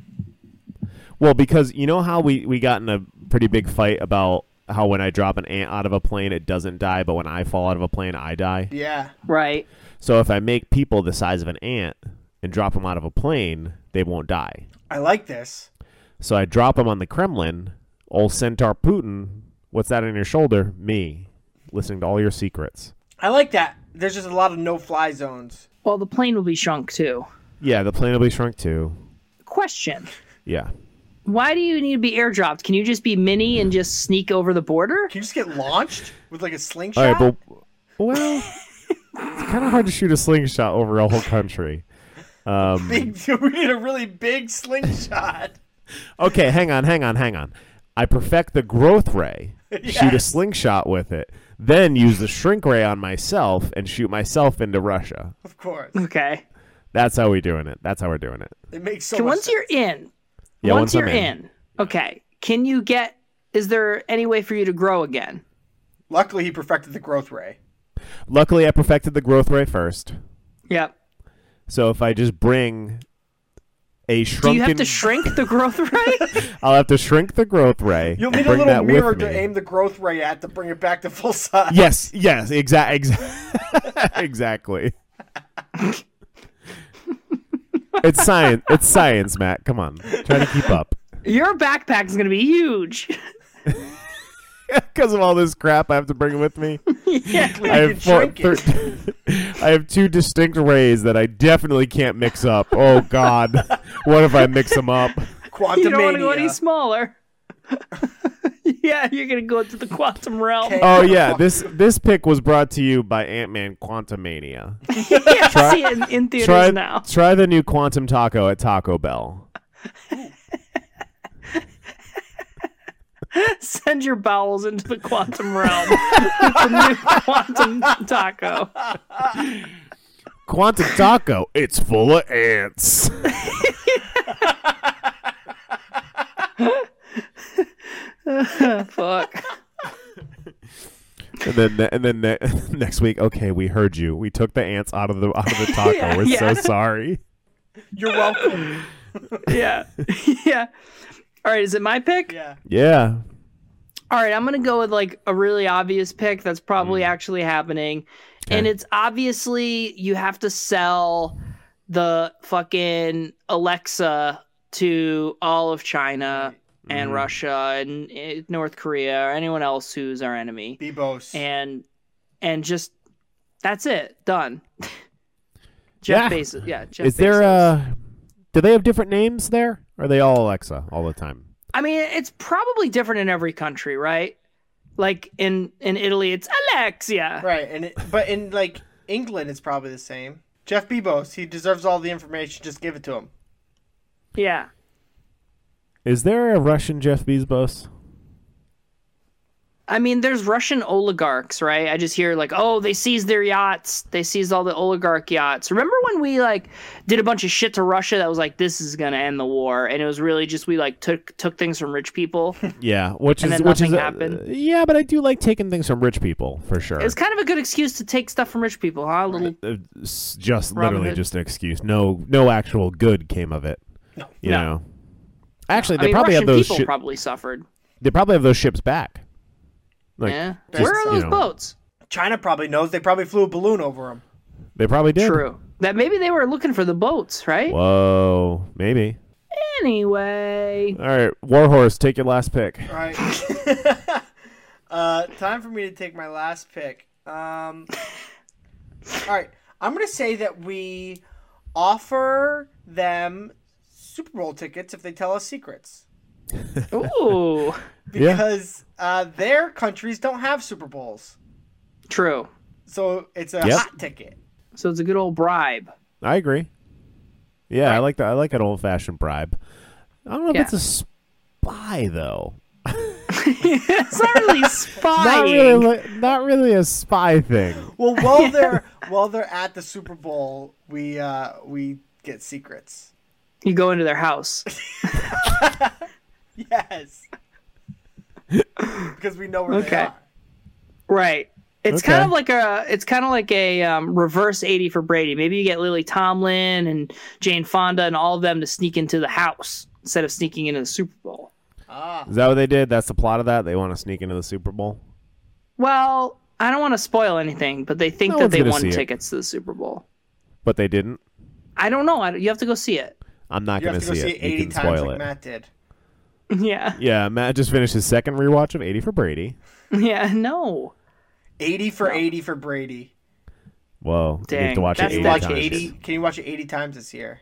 Speaker 2: Well, because you know how we, we got in a pretty big fight about how when I drop an ant out of a plane, it doesn't die, but when I fall out of a plane, I die.
Speaker 1: Yeah.
Speaker 3: Right.
Speaker 2: So if I make people the size of an ant and drop them out of a plane, they won't die.
Speaker 1: I like this.
Speaker 2: So I drop them on the Kremlin. Old centaur Putin, what's that on your shoulder? Me, listening to all your secrets.
Speaker 1: I like that. There's just a lot of no fly zones.
Speaker 3: Well, the plane will be shrunk too.
Speaker 2: Yeah, the plane will be shrunk too.
Speaker 3: Question.
Speaker 2: Yeah.
Speaker 3: Why do you need to be airdropped? Can you just be mini and just sneak over the border?
Speaker 1: Can you just get launched with like a slingshot?
Speaker 2: All right, but well, it's kind of hard to shoot a slingshot over a whole country.
Speaker 1: Big, we need a really big slingshot.
Speaker 2: Okay, hang on, hang on, hang on. I perfect the growth ray, shoot a
Speaker 1: Yes.
Speaker 2: slingshot with it, then use the shrink ray on myself and shoot myself into Russia.
Speaker 1: Of course.
Speaker 3: Okay.
Speaker 2: That's how we're doing it. That's how we're doing it.
Speaker 1: It makes so
Speaker 3: Can-
Speaker 1: much
Speaker 3: once
Speaker 1: sense.
Speaker 3: you're in,
Speaker 2: Yeah, once
Speaker 3: once,
Speaker 2: I'm
Speaker 3: you're in,
Speaker 2: in.
Speaker 3: okay, can you get? Is there any way for you to grow again?
Speaker 1: Luckily, he perfected the growth ray.
Speaker 2: Luckily, I perfected the growth ray first.
Speaker 3: Yep.
Speaker 2: So if I just bring a
Speaker 3: Do
Speaker 2: shrunken,
Speaker 3: you have to shrink the growth rate?
Speaker 2: I'll have to shrink the growth ray.
Speaker 1: You'll
Speaker 2: and
Speaker 1: need a
Speaker 2: bring
Speaker 1: little
Speaker 2: that with
Speaker 1: mirror to
Speaker 2: me.
Speaker 1: aim the growth ray at to bring it back to full size.
Speaker 2: Yes, yes, exact, exa- exactly. it's science. It's science, Matt. Come on, try to keep up.
Speaker 3: Your backpack is going to be huge.
Speaker 2: Because of all this crap I have to bring with me,
Speaker 1: Luckily, he
Speaker 2: I have
Speaker 1: can shrink
Speaker 2: thir-
Speaker 1: it.
Speaker 2: I have two distinct rays that I definitely can't mix up. Oh God, what if I mix them up?
Speaker 1: Quantum
Speaker 3: You don't want to go any smaller. yeah, you're going to go into the quantum realm.
Speaker 2: Oh yeah, this this pick was brought to you by Ant Man Quantumania.
Speaker 3: yeah, I see it in, in theaters
Speaker 2: Try
Speaker 3: now.
Speaker 2: try the new Quantum Taco at Taco Bell.
Speaker 3: Send your bowels into the quantum realm. with the new quantum taco.
Speaker 2: Quantum taco, it's full of ants.
Speaker 3: Fuck.
Speaker 2: And then, ne- and then ne- next week, okay, we heard you. We took the ants out of the out of the taco. We're
Speaker 3: yeah.
Speaker 2: so sorry.
Speaker 1: You're welcome.
Speaker 3: Yeah. yeah. All right, is it my pick?
Speaker 1: Yeah.
Speaker 2: Yeah,
Speaker 3: All right, I'm going to go with like a really obvious pick that's probably actually happening.
Speaker 2: Mm.
Speaker 3: And
Speaker 2: Okay.
Speaker 3: it's obviously you have to sell the fucking Alexa to all of China and
Speaker 2: Mm.
Speaker 3: Russia and eh, North Korea or anyone else who's our enemy.
Speaker 1: Bebos.
Speaker 3: And and just that's it. Done. Jeff
Speaker 2: Yeah.
Speaker 3: Bezos. Yeah, Jeff
Speaker 2: is there
Speaker 3: Bezos.
Speaker 2: uh do they have different names there Or are they all alexa all the time
Speaker 3: I mean, it's probably different in every country, right? Like in in Italy, it's Alexia.
Speaker 1: Right, and it, but in like England, it's probably the same. Jeff Bebos, he deserves all the information. Just give it to him.
Speaker 3: Yeah.
Speaker 2: is there a russian jeff bezos
Speaker 3: I mean, there's Russian oligarchs, right? I just hear like, oh, they seized their yachts. They seized all the oligarch yachts. Remember when we like did a bunch of shit to Russia that was like, this is gonna end the war, and it was really just we like took took things from rich people.
Speaker 2: yeah which
Speaker 3: And
Speaker 2: is
Speaker 3: then
Speaker 2: which is
Speaker 3: nothing
Speaker 2: uh,
Speaker 3: happened.
Speaker 2: yeah but i do like taking things from rich people for sure
Speaker 3: it's kind of a good excuse to take stuff from rich people, huh? A little
Speaker 2: Uh, s- just
Speaker 3: Robin
Speaker 2: literally
Speaker 3: Hood.
Speaker 2: just an excuse no no actual good came of it you
Speaker 3: No.
Speaker 2: know actually
Speaker 3: I
Speaker 2: they
Speaker 3: mean,
Speaker 2: probably
Speaker 3: Russian
Speaker 2: have those
Speaker 3: people
Speaker 2: shi-
Speaker 3: probably suffered.
Speaker 2: they probably have those ships back like
Speaker 3: yeah.
Speaker 1: just,
Speaker 3: Where are
Speaker 2: you
Speaker 3: those
Speaker 2: know.
Speaker 3: boats?
Speaker 1: China probably knows. They probably flew a balloon over him.
Speaker 2: they probably did
Speaker 3: True. That maybe they were looking for the boats, right?
Speaker 2: whoa maybe
Speaker 3: Anyway.
Speaker 2: all right warhorse take your last pick
Speaker 1: All right. uh, time for me to take my last pick. Um, all right. I'm going to say that we offer them Super Bowl tickets if they tell us secrets.
Speaker 3: Ooh.
Speaker 2: Yeah.
Speaker 1: Because uh, their countries don't have Super Bowls.
Speaker 3: True.
Speaker 1: So it's a
Speaker 2: Yep.
Speaker 1: hot ticket.
Speaker 3: So it's a good old bribe.
Speaker 2: I agree. Yeah, I like that. I like an old fashioned bribe. I don't know
Speaker 3: Yeah.
Speaker 2: if it's a spy though.
Speaker 3: it's not really spying.
Speaker 2: Not really, li- not really a spy thing.
Speaker 1: Well, while they're while they're at the Super Bowl, we uh, we get secrets.
Speaker 3: You go into their house.
Speaker 1: Yes. because we know where they
Speaker 3: Okay.
Speaker 1: are.
Speaker 3: Right. It's
Speaker 2: Okay.
Speaker 3: kind of like a it's kind of like a um, reverse 80 for Brady. Maybe you get Lily Tomlin and Jane Fonda and all of them to sneak into the house instead of sneaking into the Super Bowl.
Speaker 1: Ah.
Speaker 2: Is that what they did? That's the plot of that. They want to sneak into the Super Bowl.
Speaker 3: Well, I don't want to spoil anything, but they think
Speaker 2: No
Speaker 3: that
Speaker 2: one's
Speaker 3: they
Speaker 2: gonna
Speaker 3: won
Speaker 2: see it.
Speaker 3: tickets to the Super Bowl.
Speaker 2: But they didn't.
Speaker 3: I don't know. I don't- you have to go see it.
Speaker 2: I'm not
Speaker 1: You
Speaker 2: going
Speaker 1: have
Speaker 2: to
Speaker 1: to go
Speaker 2: see
Speaker 1: see
Speaker 2: it.
Speaker 1: it
Speaker 2: you
Speaker 1: 80
Speaker 2: can
Speaker 1: times
Speaker 2: spoil
Speaker 1: like
Speaker 2: it.
Speaker 1: Matt did.
Speaker 3: yeah.
Speaker 2: Yeah, Matt just finished his second rewatch of 80 for Brady.
Speaker 3: Yeah. No.
Speaker 1: 80 for 80 for Brady.
Speaker 2: Whoa, you have
Speaker 3: Dang,
Speaker 2: to watch
Speaker 1: Can
Speaker 2: it
Speaker 3: that's
Speaker 1: you
Speaker 2: 80
Speaker 1: watch
Speaker 2: times.
Speaker 1: 80? Can you watch it 80 times this year?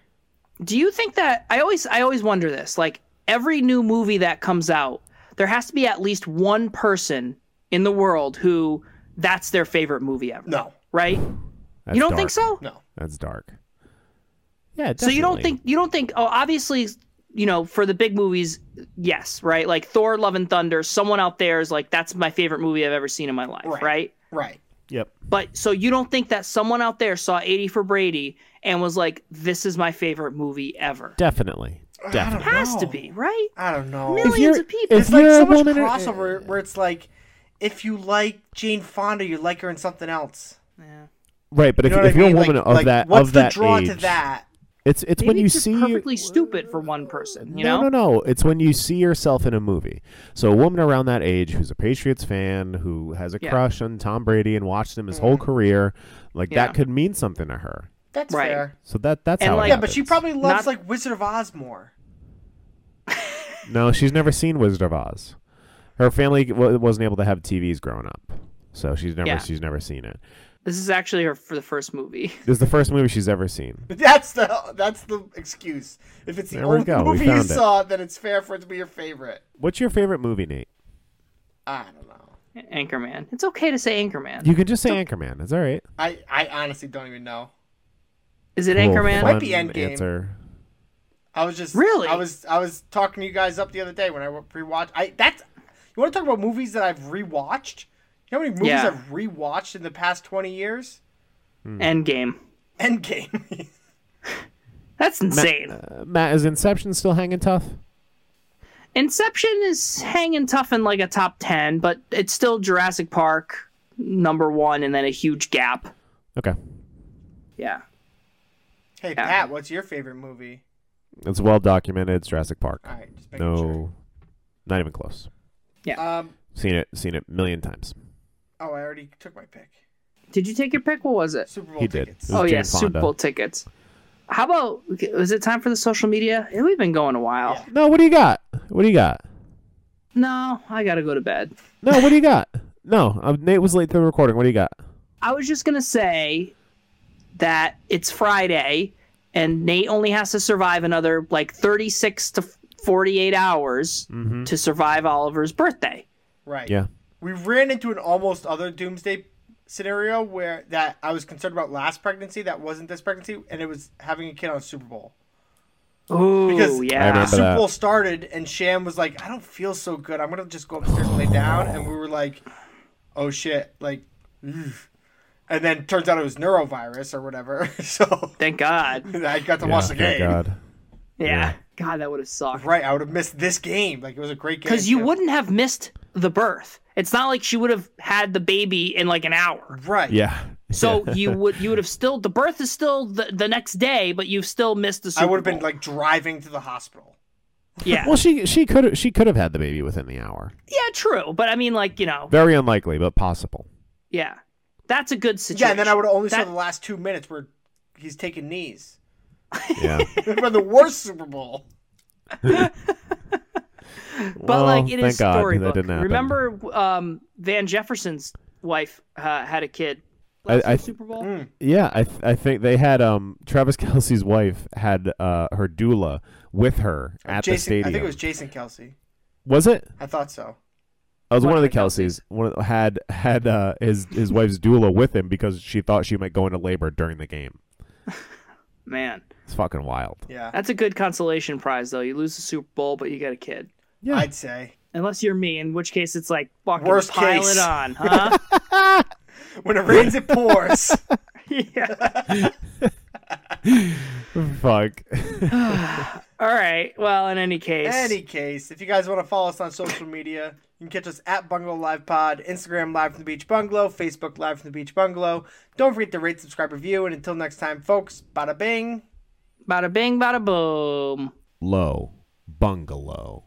Speaker 3: Do you think that I always I always wonder this. Like every new movie that comes out, there has to be at least one person in the world who that's their favorite movie ever.
Speaker 1: No,
Speaker 3: Right?
Speaker 2: That's
Speaker 3: you don't
Speaker 2: dark.
Speaker 3: think so?
Speaker 1: no.
Speaker 2: That's dark. Yeah,
Speaker 3: So you don't
Speaker 2: definitely.
Speaker 3: think you don't think oh obviously you know for the big movies yes, right? Like Thor Love and Thunder, someone out there is like that's my favorite movie I've ever seen in my life,
Speaker 1: Right.
Speaker 3: right?
Speaker 1: Right.
Speaker 2: Yep.
Speaker 3: But so you don't think that someone out there saw 80 for Brady and was like this is my favorite movie ever.
Speaker 2: Definitely. Definitely.
Speaker 3: Has to
Speaker 1: No.
Speaker 3: be, right?
Speaker 1: I don't know.
Speaker 3: Millions
Speaker 2: you're-
Speaker 3: of people.
Speaker 2: if
Speaker 1: It's like
Speaker 2: you're
Speaker 1: so
Speaker 2: a
Speaker 1: much
Speaker 2: woman in-
Speaker 1: crossover where it's like, if you like Jane Fonda, you like her in something else.
Speaker 2: Right, but
Speaker 1: You know
Speaker 2: if,
Speaker 1: what
Speaker 2: if
Speaker 1: I
Speaker 2: you're
Speaker 1: mean?
Speaker 2: a woman
Speaker 1: like,
Speaker 2: of
Speaker 1: like,
Speaker 2: that
Speaker 1: what's
Speaker 2: of
Speaker 1: the
Speaker 2: that
Speaker 1: draw
Speaker 2: age,
Speaker 1: to that?
Speaker 2: it's it's
Speaker 3: Maybe
Speaker 2: when you
Speaker 3: it's just
Speaker 2: see
Speaker 3: perfectly stupid for one person, you
Speaker 2: no,
Speaker 3: know?
Speaker 2: no, no. It's when you see yourself in a movie. So a woman around that age who's a Patriots fan, who has a
Speaker 3: Yeah. Mm.
Speaker 2: crush on Tom Brady and watched him his whole career, like
Speaker 3: Yeah.
Speaker 2: that could mean something to her.
Speaker 1: That's
Speaker 3: Right.
Speaker 1: fair.
Speaker 2: So that that's
Speaker 3: And
Speaker 2: how.
Speaker 3: like-
Speaker 2: it
Speaker 1: Yeah, but she
Speaker 2: happens.
Speaker 1: probably loves
Speaker 3: Not-
Speaker 1: like Wizard of Oz more.
Speaker 2: no. She's never seen Wizard of Oz. Her family w- wasn't able to have TVs growing up, so she's never
Speaker 3: Yeah.
Speaker 2: she's never seen it.
Speaker 3: This is actually her for the first movie.
Speaker 2: This is the first movie she's ever seen.
Speaker 1: That's the that's the excuse. If it's the
Speaker 2: There we
Speaker 1: only
Speaker 2: go, we
Speaker 1: movie you
Speaker 2: found it.
Speaker 1: saw, then it's fair for it to be your favorite.
Speaker 2: What's your favorite movie, Nate?
Speaker 1: I don't know.
Speaker 3: Anchorman. It's okay to say Anchorman.
Speaker 2: You can just say Anchorman. It's all right.
Speaker 1: I I honestly don't even know.
Speaker 3: Is it
Speaker 2: Cool,
Speaker 3: Anchorman?
Speaker 1: Might be
Speaker 2: fun
Speaker 1: Endgame.
Speaker 2: Answer.
Speaker 1: I was just
Speaker 3: Really?
Speaker 1: I was I was talking to you guys up the other day when I re-watched. I that's You want to talk about movies that I've rewatched? You know how many movies
Speaker 3: Yeah.
Speaker 1: I've rewatched in the past twenty years?
Speaker 3: Endgame.
Speaker 1: Endgame.
Speaker 3: That's insane.
Speaker 2: Uh, Matt, is Inception still hanging tough?
Speaker 3: Inception is hanging tough in like a top 10, but it's still Jurassic Park number 1 and then a huge gap.
Speaker 2: Okay,
Speaker 3: Yeah.
Speaker 1: hey Pat, what's your favorite movie?
Speaker 2: it's well documented. It's Jurassic Park.
Speaker 1: All right, just making
Speaker 2: no,
Speaker 1: sure.
Speaker 2: not even close.
Speaker 1: Um.
Speaker 2: Seen it, seen it a million times.
Speaker 1: Oh, I already took my pick.
Speaker 3: Did you take your pick? What was it?
Speaker 1: Super Bowl
Speaker 2: He did.
Speaker 1: tickets.
Speaker 2: It was
Speaker 3: oh yeah,
Speaker 2: Jane Fonda.
Speaker 3: Super Bowl tickets. How about is it time for the social media? Eh, We've been going a while.
Speaker 1: Yeah.
Speaker 2: No, what do you got? What do you got?
Speaker 3: No, I got to go to bed.
Speaker 2: No, what do you got? No, uh, Nate was late to the recording. What do you got?
Speaker 3: I was just going to say that it's Friday and Nate only has to survive another like 36 to 48 hours
Speaker 2: Mm-hmm.
Speaker 3: to survive Oliver's birthday.
Speaker 1: Right.
Speaker 2: Yeah.
Speaker 1: We ran into an almost other doomsday scenario where that I was concerned about last pregnancy that wasn't this pregnancy, and it was having a kid on Super Bowl. Because-
Speaker 3: Oh,
Speaker 2: I
Speaker 3: yeah.
Speaker 2: remember
Speaker 1: Super
Speaker 2: that.
Speaker 1: Bowl started, and Sham was like, "I don't feel so good. I'm gonna just go upstairs and lay down." And we were like, "Oh shit!" Like, ugh. and then turns out it was neurovirus or whatever. so
Speaker 3: Thank God.
Speaker 1: I got to
Speaker 2: Yeah,
Speaker 1: watch the
Speaker 2: thank
Speaker 1: game.
Speaker 2: God.
Speaker 3: Yeah.
Speaker 2: Yeah.
Speaker 3: God, that would have sucked.
Speaker 1: Right, I would have missed this game. Like it was a great game.
Speaker 3: Because you
Speaker 1: too.
Speaker 3: wouldn't have missed the birth. It's not like she would have had the baby in like an hour.
Speaker 1: Right.
Speaker 2: Yeah.
Speaker 3: So you would you would have still the birth is still the, the next day, but you've still missed the. Super
Speaker 1: I would have been
Speaker 3: Bowl.
Speaker 1: like driving to the hospital.
Speaker 3: yeah,
Speaker 2: Well, she she could she could have had the baby within the hour.
Speaker 3: yeah, true. But I mean, like you know,
Speaker 2: Very unlikely, but possible.
Speaker 3: yeah, that's a good situation.
Speaker 1: Yeah, and then I would have only
Speaker 3: That-
Speaker 1: saw the last two minutes where he's taking knees.
Speaker 2: Yeah.
Speaker 1: It was the worst Super Bowl.
Speaker 3: But like it
Speaker 2: thank
Speaker 3: is
Speaker 2: God that
Speaker 3: storybook.
Speaker 2: didn't happen.
Speaker 3: Remember, um, Van Jefferson's wife uh, had a kid.
Speaker 2: I-
Speaker 3: Last
Speaker 2: I-
Speaker 3: Super Bowl.
Speaker 2: Yeah, I th- I think they had um Travis Kelsey's wife had uh her doula with her at the
Speaker 1: Jason,
Speaker 2: stadium.
Speaker 1: I think it was Jason Kelsey.
Speaker 2: Was it?
Speaker 1: I thought so.
Speaker 2: I was one, of the Kelseys. One of, had had uh, his his wife's doula with him because she thought she might go into labor during the game.
Speaker 3: Man,
Speaker 2: It's fucking wild.
Speaker 1: Yeah,
Speaker 3: that's a good consolation prize though. You lose the Super Bowl, but you get a kid.
Speaker 2: Yeah.
Speaker 1: I'd say
Speaker 3: Unless you're me, in which case it's like fucking
Speaker 1: Worst
Speaker 3: pile
Speaker 1: case.
Speaker 3: it on, huh?
Speaker 1: when it rains, it pours.
Speaker 3: yeah.
Speaker 2: Fuck.
Speaker 3: All right. Well, in any case,
Speaker 1: any case, if you guys want to follow us on social media, you can catch us at Bungalow Live Pod, Instagram Live from the Beach Bungalow, Facebook Live from the Beach Bungalow. Don't forget to rate, subscribe, review, and until next time, folks. Bada bing.
Speaker 3: bada bing, bada boom.
Speaker 2: Low bungalow.